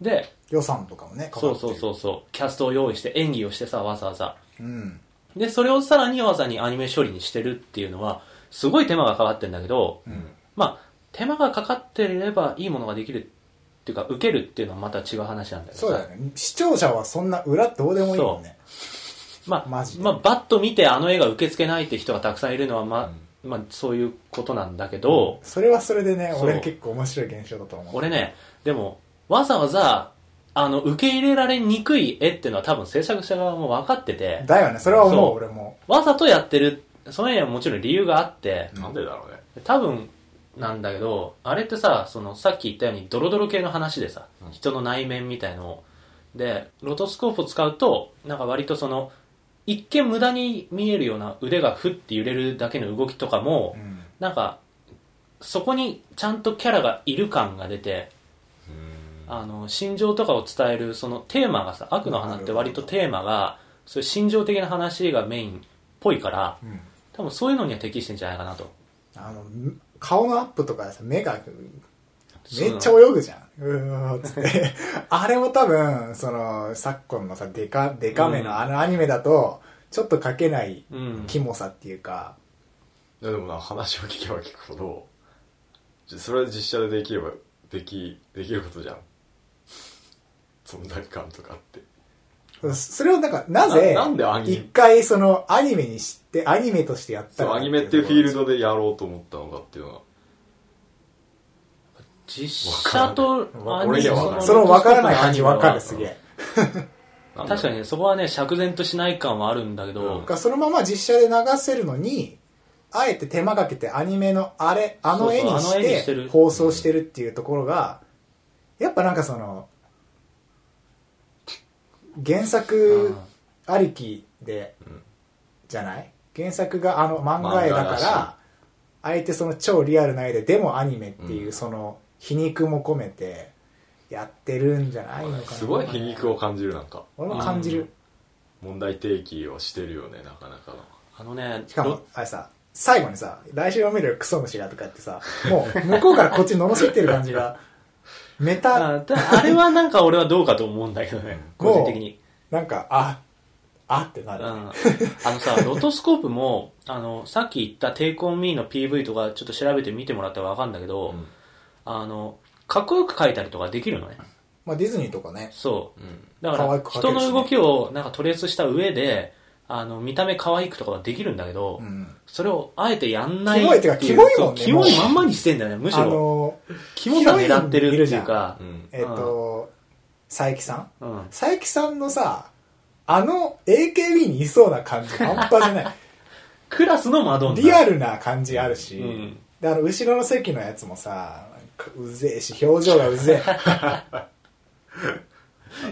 S1: で、
S3: 予算とかもねかかって
S1: そ
S3: る
S1: うそうそうそう、キャストを用意して演技をしてさ、わざわざ。
S3: うん
S1: で、それをさらにわざにアニメ処理にしてるっていうのは、すごい手間がかかってんだけど、まあ、手間がかかってればいいものができるっていうか、受けるっていうのはまた違う話なんだけどさ
S3: そうだよね視聴者はそんな裏どうでもいいもんね
S1: まあ、
S3: マジで
S1: まあ、バッと見てあの映画受け付けないって人がたくさんいるのは、まあ、まあ、そういうことなんだけど、
S3: それはそれでね
S1: そう
S3: 俺結構面白い現象だと思う
S1: 俺ね、でも、わざわざ、あの、受け入れられにくい絵ってのは多分制作者側も分かってて、
S3: だよねそれは思
S1: そう
S3: う俺も
S1: わざとやってる、その絵にはもちろん理由があって、
S4: なんでだろうね
S1: 多分なんだけど、あれってさ、その、さっき言ったようにドロドロ系の話でさ、人の内面みたいのを、で、ロトスコープを使うと、なんか割とその、一見無駄に見えるような腕がふって揺れるだけの動きとかも、
S3: うん
S1: なんか、そこにちゃんとキャラがいる感が出て、あの、心情とかを伝える、そのテーマがさ、悪の花って割とテーマが、そういう心情的な話がメインっぽいから、
S3: うん
S1: 多分そういうのには適してんじゃないかなと。
S3: あの顔のアップとかさ目が
S1: そう
S3: め
S1: なの
S3: っちゃ泳ぐじゃん。うーっつ って。あれも多分、その、昨今のさ、デカ、デカめ
S1: うん
S3: のあのアニメだと、ちょっと描けない
S1: うん
S3: キモさっていうか、
S4: いやでもな話を聞けば聞くほどじそれ実写でできればできできることじゃん存在感とかって
S3: それをなんか、なぜ
S4: ななんでア、ニメ
S3: 一回その、アニメにして、アニメとしてやった
S4: そう
S3: の
S4: アニメっていうフィールドでやろうと思ったのかっていうのは
S1: 実写と
S4: わ
S1: ア
S4: かんない俺
S1: ニ
S4: に
S1: メ
S4: はわかんない
S3: その分からない感じ分かる、すげえ。
S4: なんだろう
S1: 確かにねそこはね釈然としない感はあるんだけど、
S3: だからそのまま実写で流せるのに、あえて手間かけてアニメのあれ、あの絵に
S1: そうそうあの絵にし
S3: してて
S1: る
S3: 放送してるっていうところが、やっぱなんかその、原作ありきで、じゃない原作があの漫画絵だ
S4: 漫画
S3: か
S4: だし
S3: ら、あえてその超リアルな絵で、でもアニメっていうその皮肉も込めてやってるんじゃないのかな。
S4: すごい皮肉を感じるなんか
S3: 俺も感じる。
S4: 問題提起をしてるよねなかなかの
S1: あのね
S3: しかも
S1: ロ、
S3: あれさ、最後にさ、来週読めるクソ虫がとかってさ、もう向こうからこっちに罵ってる感じ が、メタ、
S1: あだあれはなんか俺はどうかと思うんだけどね個人的に、
S3: なんか、あ、あってな
S1: うん、
S3: る。
S1: あのさロトスコープも あのさっき言った「Take on Me」の PV とかちょっと調べてみてもらったら分かるんだけど、
S4: ん
S1: あのかっこよく描いたりとかできるのね
S3: まあディズニーとかね、
S1: そう、
S4: ん
S1: だか
S3: 可
S1: ら
S3: 愛く描け
S1: 人
S3: るしね
S1: の動きをなんかトレースした上であの見た目可愛くとかはできるんだけど、
S3: うん
S1: それをあえてやんない
S3: キモいってかキモいもんね
S1: そうキモいまんまにしてんだよねむし
S3: あ
S1: ろ、
S3: の、
S1: キモさ狙ってるっていう
S3: ヒロインい
S1: か
S4: う、ん
S3: えっと、佐伯さん
S1: うん
S3: 佐伯さんのさ、あの AKB にいそうな感じ半端じゃない
S1: クラスのマドンナ。
S3: リアルな感じあるし、
S1: うん
S3: であの後ろの席のやつもさなんかうぜえし表情がうぜえ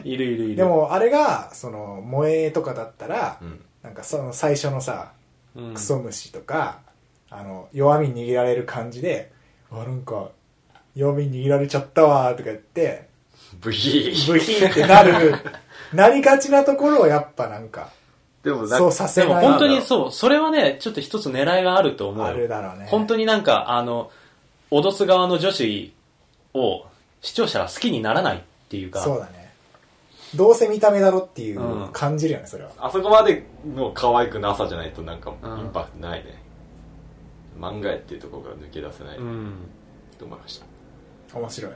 S1: いるいるいる。
S3: で、もあれがその萌えとかだったら、
S4: うん
S3: なんかその最初のさ
S1: うん、
S3: クソ虫とか、あの弱み握られる感じで「あなんか弱み握られちゃったわ」とか言って
S4: ブヒー
S3: ブヒーってなる なりがちなところをやっぱなんか
S4: でもなん
S3: そ
S4: か
S3: うさせ
S1: で
S3: ない
S1: も本当にそう、それはね、ちょっと一つ狙いがあると思うよ。
S3: あるだろうね
S1: 本当になんか、あの、脅す側の女子を視聴者が好きにならないっていうか、
S3: そうだねどうせ見た目だろっていう
S1: うん
S3: 感じるよねそれは、
S4: あそこまでの可愛くなさじゃないとなんかイ
S1: うん
S4: ンパクトないね、漫画やっていうところから抜け出せない
S1: うん。
S4: と思いました、
S3: 面白い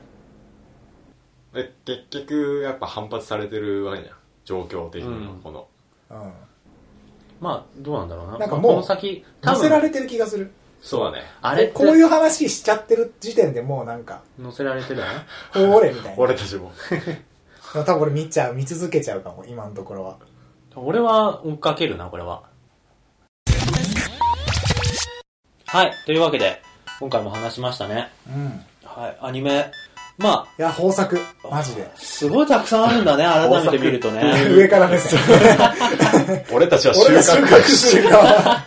S4: で結局やっぱ反発されてるわけじゃん状況的にも
S1: うん
S4: この、
S3: うん
S1: まあ、どうなんだろうな。
S3: なんか
S1: まあ
S3: もう
S1: この先、多
S3: 乗
S1: 分
S3: せられてる気がする
S4: そうだね
S1: あれって
S3: こういう話しちゃってる時点でもうなんか
S1: 載せられてるよね。
S3: 「おれ」みたいな
S4: 俺たちも
S3: 多分俺見ちゃう見続けちゃうかも今のところは
S1: 俺は追っかけるな、これは。はい、というわけで、今回も話しましたね。
S3: うん
S1: はい、アニメ。ま
S3: いや豊作マジで
S1: あ、すごいたくさんあるん だね、改めて見るとね。
S3: 上から目線
S4: 俺たちは収
S3: 俺が収
S4: 穫
S3: 穫 する側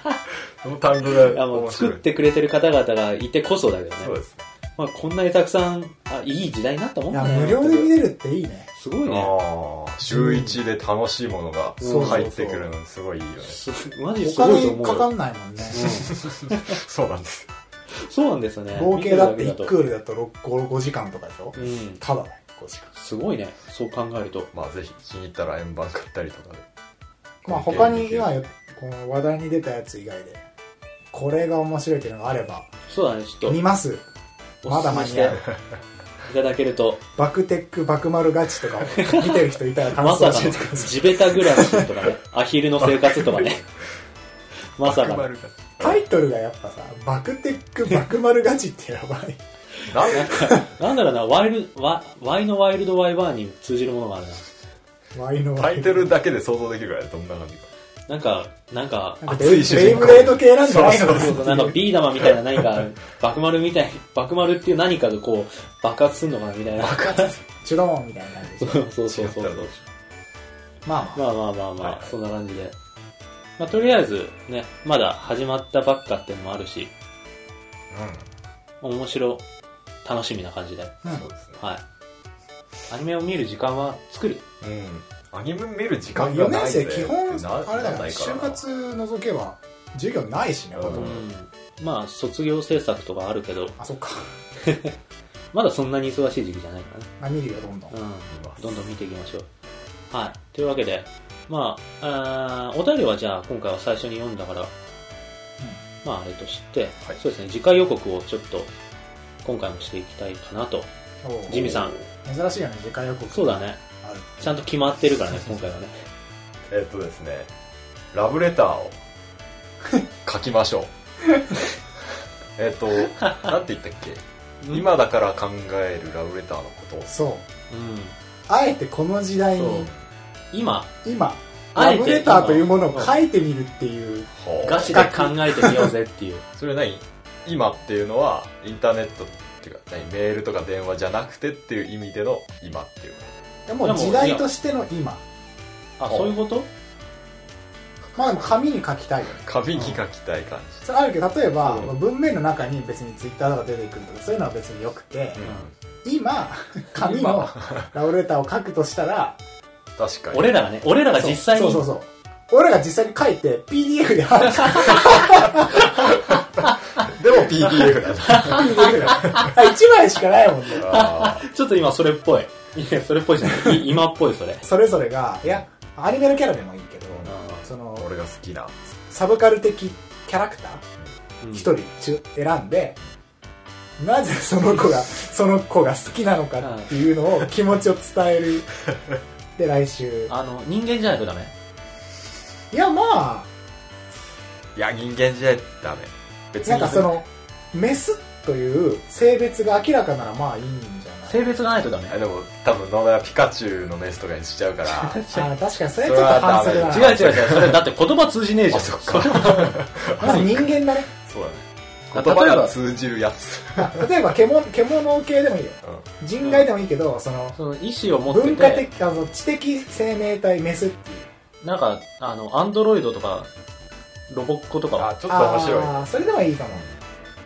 S2: その単語
S1: いや
S2: が
S1: もう
S2: 面
S1: 作
S2: 白
S1: っ
S2: い。
S1: てくれてる方々がいてこそだけど
S2: そう
S1: ね
S2: で。すね。
S1: まあ、こんなにたくさん、あ、いい時代になったもん
S3: い
S1: だ
S3: や
S1: ね。
S3: 無料で見れるっていいね
S1: すごいね。
S2: ああ、週一で楽しいものが
S3: そうそうそう
S2: 入ってくるのすごいいいよね。
S1: すマジ
S3: お
S1: すごいと
S3: 金
S1: 思う
S3: かか
S1: よ。
S3: んないもんね
S2: そうなんです。
S1: そうなんですよね。
S3: 合計だって
S1: 見てる
S3: 1
S1: だ
S3: クールだと6 5 5時間とかでしょ
S1: けだとうん。
S3: ただね5時間
S1: すごいね。そう考えると。
S2: まあぜひ気に入ったら円盤買ったりとかで。
S3: まあ他に今よこの話題に出たやつ以外でこれが面白いっていうのがあれば
S1: そうだね、ちょっ
S3: 見ます
S1: と。
S3: まだ間に合う
S1: いただけると。
S3: バクテックバクマルガチとかを見てる人いたら
S1: まさか
S3: 感想教
S1: の
S3: えてください
S1: 地べた暮らしとかね、アヒルの生活とか ね。まさかの。
S3: タイトルがやっぱさバクテックバクマルガチってやばい
S2: なんで
S1: なんだろうな、ワイル、ワ、ワイのワイルドワイバーに通じるものがあるな。
S3: ワイの
S2: タイトルだけで想像できるからいどんな感じか。
S1: なんか、なんか、
S3: 熱い
S2: 主
S3: レイ
S2: 人公
S3: ブレード系なんじゃないの
S1: そうそうなんかビー玉みたいな何か、爆丸みたい、爆丸っていう何かがこう、爆発するのかなみたいな。
S3: チュローンみたいな感じでし
S1: そ
S3: ょ
S1: うそうそうそう
S2: 違ったらどうしよ
S3: まあま
S1: ま
S3: あ
S1: あまあまあまあ、
S2: はい
S1: そんな感じで。まあとりあえず、ね、まだ始まったばっかってのもあるし、面白、楽しみな感じで。は
S2: う。うん。そうですね。
S1: い。アニメを見る時間は作る。
S2: うん。アニメ見る時間
S3: 4
S2: がな
S3: 年
S2: いぜ
S3: 生基本
S2: ってな
S3: あれだ
S2: な
S3: から
S2: ないから
S3: 就活除けば授業ないしねほとんど
S2: うん
S1: うん。まあ、卒業制作とかあるけど、
S3: あそっか
S1: まだそんなに忙しい時期じゃないからね。
S3: まあ見るよどんどん
S1: うん。
S2: ます
S1: どんどん見ていきましょう。はい。というわけで、まあ、あーお便りはじゃあ今回は最初に読んだから、まああれとして、
S2: はい
S1: そうですね、次回予告をちょっと今回もしていきたいかなと。
S3: おう
S1: ジミさん、
S3: 珍しいよね次回予告
S1: そうだね。
S3: ある
S1: ちゃんと決まってるからね、今回はね。
S2: えっとですね、ラブレターを書きま しょう。えっと、なんて言ったっけ今だから考えるラブレターのことを。
S3: そう
S1: うん。
S3: あえてこの時代に
S1: 今、
S3: 今
S1: あ
S3: ラ
S1: えて
S3: ブレターというものを書いてみるっていう
S2: はあ
S1: ガチで考えてみようぜっていう。
S2: それ何今っていうのはインターネットっていうか何メールとか電話じゃなくてっていう意味での今っていうこ
S3: でも時代としての今
S1: あ、そういうこと
S3: まあでも紙に書きたいよね
S2: と紙に書きたい感
S3: それあるけど例えば
S2: うん
S3: まあ文面の中に別にツイッターとか出てくるとかそういうのは別によくて
S2: じ、
S3: 今紙のラブレターを書くとしたら
S2: 確かに
S1: 俺らがね、俺らが実際に
S3: そうそうそうそう俺らが実際に書いて PDF で貼る
S2: でも PDF なんだ
S3: PDF だあ一枚しかないもんね
S2: あ
S1: ちょっと今それっぽい。いや、それっぽいじゃない。い今っぽいそれ。
S3: それぞれがいやアニメのキャラでもいいけ
S1: ん
S3: どその
S2: ー俺が好きな
S3: サブカル的キャラクター
S1: うん
S3: 一人ちゅ選んで、なぜその子が、その子が好きなのかっていうのを、気持ちを伝える。で、来 週。
S1: あの、人間じゃないとダメ。
S3: いや、ま
S2: いや人間じゃダメ
S3: あ、
S2: 別
S3: なん
S2: に
S3: かその、メスという性別が明らかならまあいいんじゃない
S1: 性別がないとダメ。
S2: あでも多分野田はピカチュウのメスとかにしちゃうから
S3: あー確かにそれはちょっと反則だな
S1: 違う違う違う。それだって言葉通じねえじゃん。
S2: そっか
S3: まず人間だね
S2: そうだね
S1: あ
S2: 言
S1: 例えば
S2: 葉が通じるやつ
S3: 例えば獣獣系でもいいよ
S2: う
S3: 人外でもいいけどその
S1: その意思を持ってて。
S3: 文化的あの知的生命体メスっていう
S1: なんか、あの、アンドロイドとか、ロボッコと
S2: んあ
S1: か、
S2: ちょっと面白い
S3: あーそれでもいいかも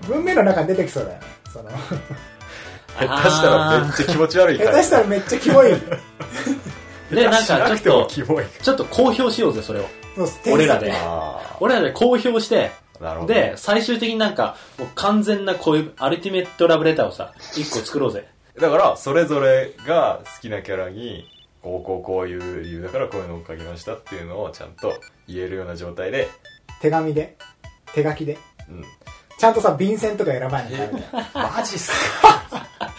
S3: 文明の中に出てきそうだよその
S2: 下手したらめっちゃ気持ち悪いか
S3: 下
S2: ら
S3: 手したらめっちゃキモい
S1: で、なんかちょっと、
S2: キモい
S1: ちょっと公表しようぜ、それを。
S3: そう
S1: 俺らで。
S2: あ
S1: 俺らで公表して、
S2: あなるほど
S1: で、最終的になんか、もう完全なこういう、アルティメットラブレターをさ、一個作ろうぜ。
S2: だからそれぞれが好きなキャラにこうこうこういう理由だからこういうのを書きましたっていうのをちゃんと言えるような状態で、
S3: 手紙で手書きで
S2: うん、
S3: ちゃんとさ便箋とか選ばないとダメだよ
S2: マジっすか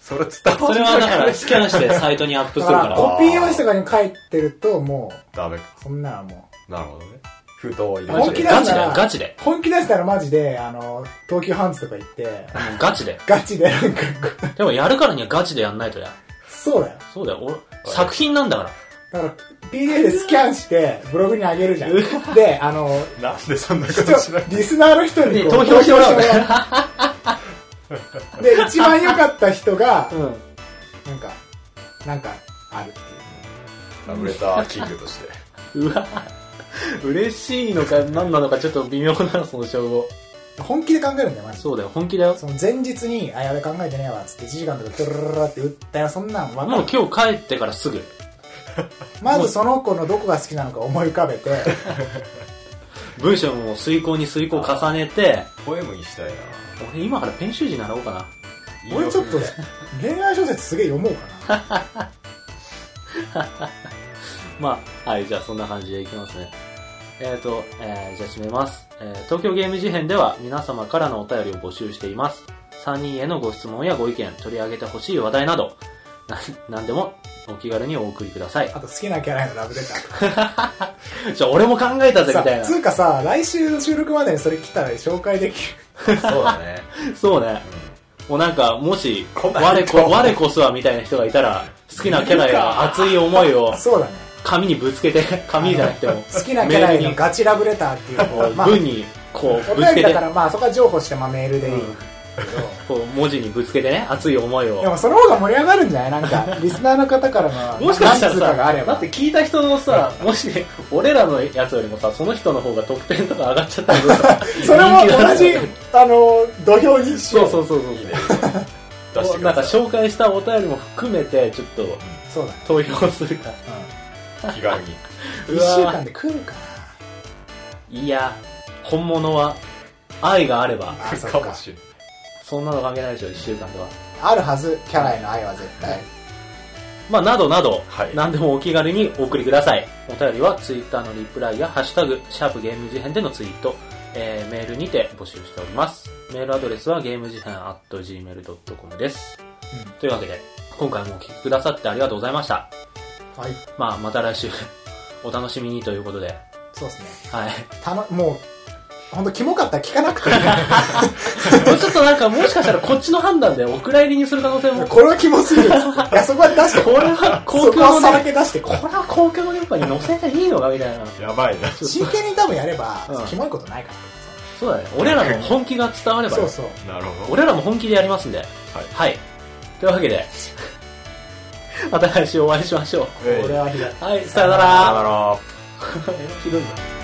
S2: それ伝わ
S1: それはだから、スキャンしてサイトにアップ
S3: だ
S1: す
S3: か
S1: るからら。
S3: コピー用紙とかに書いてるとも
S2: ダメか
S3: うそんなのも
S2: なるほどね封筒を入れて
S3: 本気だ
S1: ガ
S3: っ
S1: チ
S3: た
S1: で
S3: ら、
S1: ガチで。
S3: う本気出したらマジであの東急ハンズとか行って
S1: もうガチで。
S3: ガチでなんかこう
S1: でもやるからにはガチでやんないとだよ。
S3: そうだよ
S1: そうだよ、俺、作品なんだから。
S3: だから PDF でスキャンしてブログに上げるじゃんで あの
S2: なんでそんなこ
S3: 視
S2: としない
S3: 聴リスナーの人に
S1: で、
S3: こう
S1: 投票してもらおう
S3: 投票してもらうで一番良かった人が
S1: うん。
S3: なんかなんかあるっていう
S2: ラブレターキングとして
S1: うわ嬉しいのか何なのかちょっと微妙なその称号
S3: 本気で考えるんだよマジで
S1: そうだよ本気だよ
S3: その前日に、あ、やべ考えてねえわ、つって1時間とかドロロロって打ったよ、そんなんわか
S1: も
S3: る
S1: う。今日帰ってからすぐ
S3: まずその子のどこが好きなのか思い浮かべて、
S1: 文章も遂行に遂行を重ねて
S2: ポエムにしたいな
S1: 俺今から編集時になろうかな
S3: 俺ちょっと恋愛小説すげえ読もう かな。
S1: まあはいじゃあそんな感じでいきますねえーと、えーじゃあ締めます、えー東京ゲーム事変では皆様からのお便りを募集しています3人へのご質問やご意見取り上げてほしい話題などな何でもお気軽にお送りください
S3: あと好きなキャラへのラブレターとか。
S1: じゃあ俺も考えたぜみたい
S3: さ、
S1: な
S3: つうかさ、来週の収録までにそれ来たら紹介でき
S2: そうだね
S1: そうねもうなんか、もし、
S2: 来な
S1: 我
S2: いと思
S1: こ、
S2: う
S1: 我こそはみたいな人がいたら、好きなキャラへの熱い思いを
S3: る。そうだね。
S1: 紙にぶつけて、紙じゃなくても、
S3: 好きなキャラ
S1: メ
S3: へ
S1: ール
S3: の
S1: に、
S3: ガチラブレターっていう
S1: こ
S3: のを、
S1: う
S3: まあ、
S1: 文に、こう、
S3: お
S1: ぶつ
S3: 便り
S1: け
S3: だ
S1: て
S3: か、ら、まあそこは譲歩して、まあメールでいい。
S1: うんこう、文字にぶつけてね、熱い思い
S3: で
S1: を。
S3: もその方が盛り上がるんじゃないなんか、リスナーの方からの、
S1: もしかしたら
S3: なんつうかがあれ
S1: さ、だ
S3: ば
S1: って。聞いた人のさ、もし、俺らのやつよりもさ、その人の方が得点とか上がっちゃったらどうする、、
S3: それも同じあの、土俵にしよ
S1: そう
S3: う。
S1: そうそうそう。
S2: 出してく
S1: なんか
S2: ださ
S1: 紹介したお便りも含めて、ちょっと、
S3: そうだね。
S1: 投票するか。
S3: うん
S2: い気軽に
S1: う
S3: 一
S1: わ
S3: 週間で来るか
S1: いや、本物は、愛があれば、
S3: な。あ、そ
S2: か
S3: う
S2: も
S3: か。
S2: しれない
S1: そんなの関係ないでしょ、1週間では。
S3: あるはず、キャラへの愛は絶対。
S1: まあ、などなど、
S2: はい
S1: 何でもお気軽にお送りください。お便りは、ツイッターのリプライや、ハッシュタグ、シャープゲーム事変でのツイート、えーメールにて募集しております。メールアドレスは、ゲーム事変 at gmail.com です。
S3: うん
S1: というわけで、今回もお聞きくださってありがとうございました。
S3: はい。
S1: まあ、また来週、お楽しみにということで、
S3: そうですね。
S1: はい。
S3: たの、もう、ほんと、キモかったら聞かなくていい。
S1: もうちょっとなんか、もしかしたらこっちの判断でお蔵入りにする可能性も、こ
S3: これはキモすぎる。いや、そこは出して、
S1: れは公
S3: そこ
S1: 共の
S3: はさ
S1: 電
S3: らけ出して、
S1: これは公共の電波に乗せていいのかみたいな。
S2: やばいな
S3: 真剣に多分やれば
S1: うん、
S3: キモいことないから。
S1: そうだね。俺らの本気が伝われば
S3: そ
S1: よ
S3: うそう。
S2: なるほど
S1: 俺らも本気でやりますんで。はいというわけで、 また来週お会いしましょ
S3: これはひどい。
S1: う。はい、さよな
S2: さよな
S1: ら。
S2: ら
S1: ひどいな。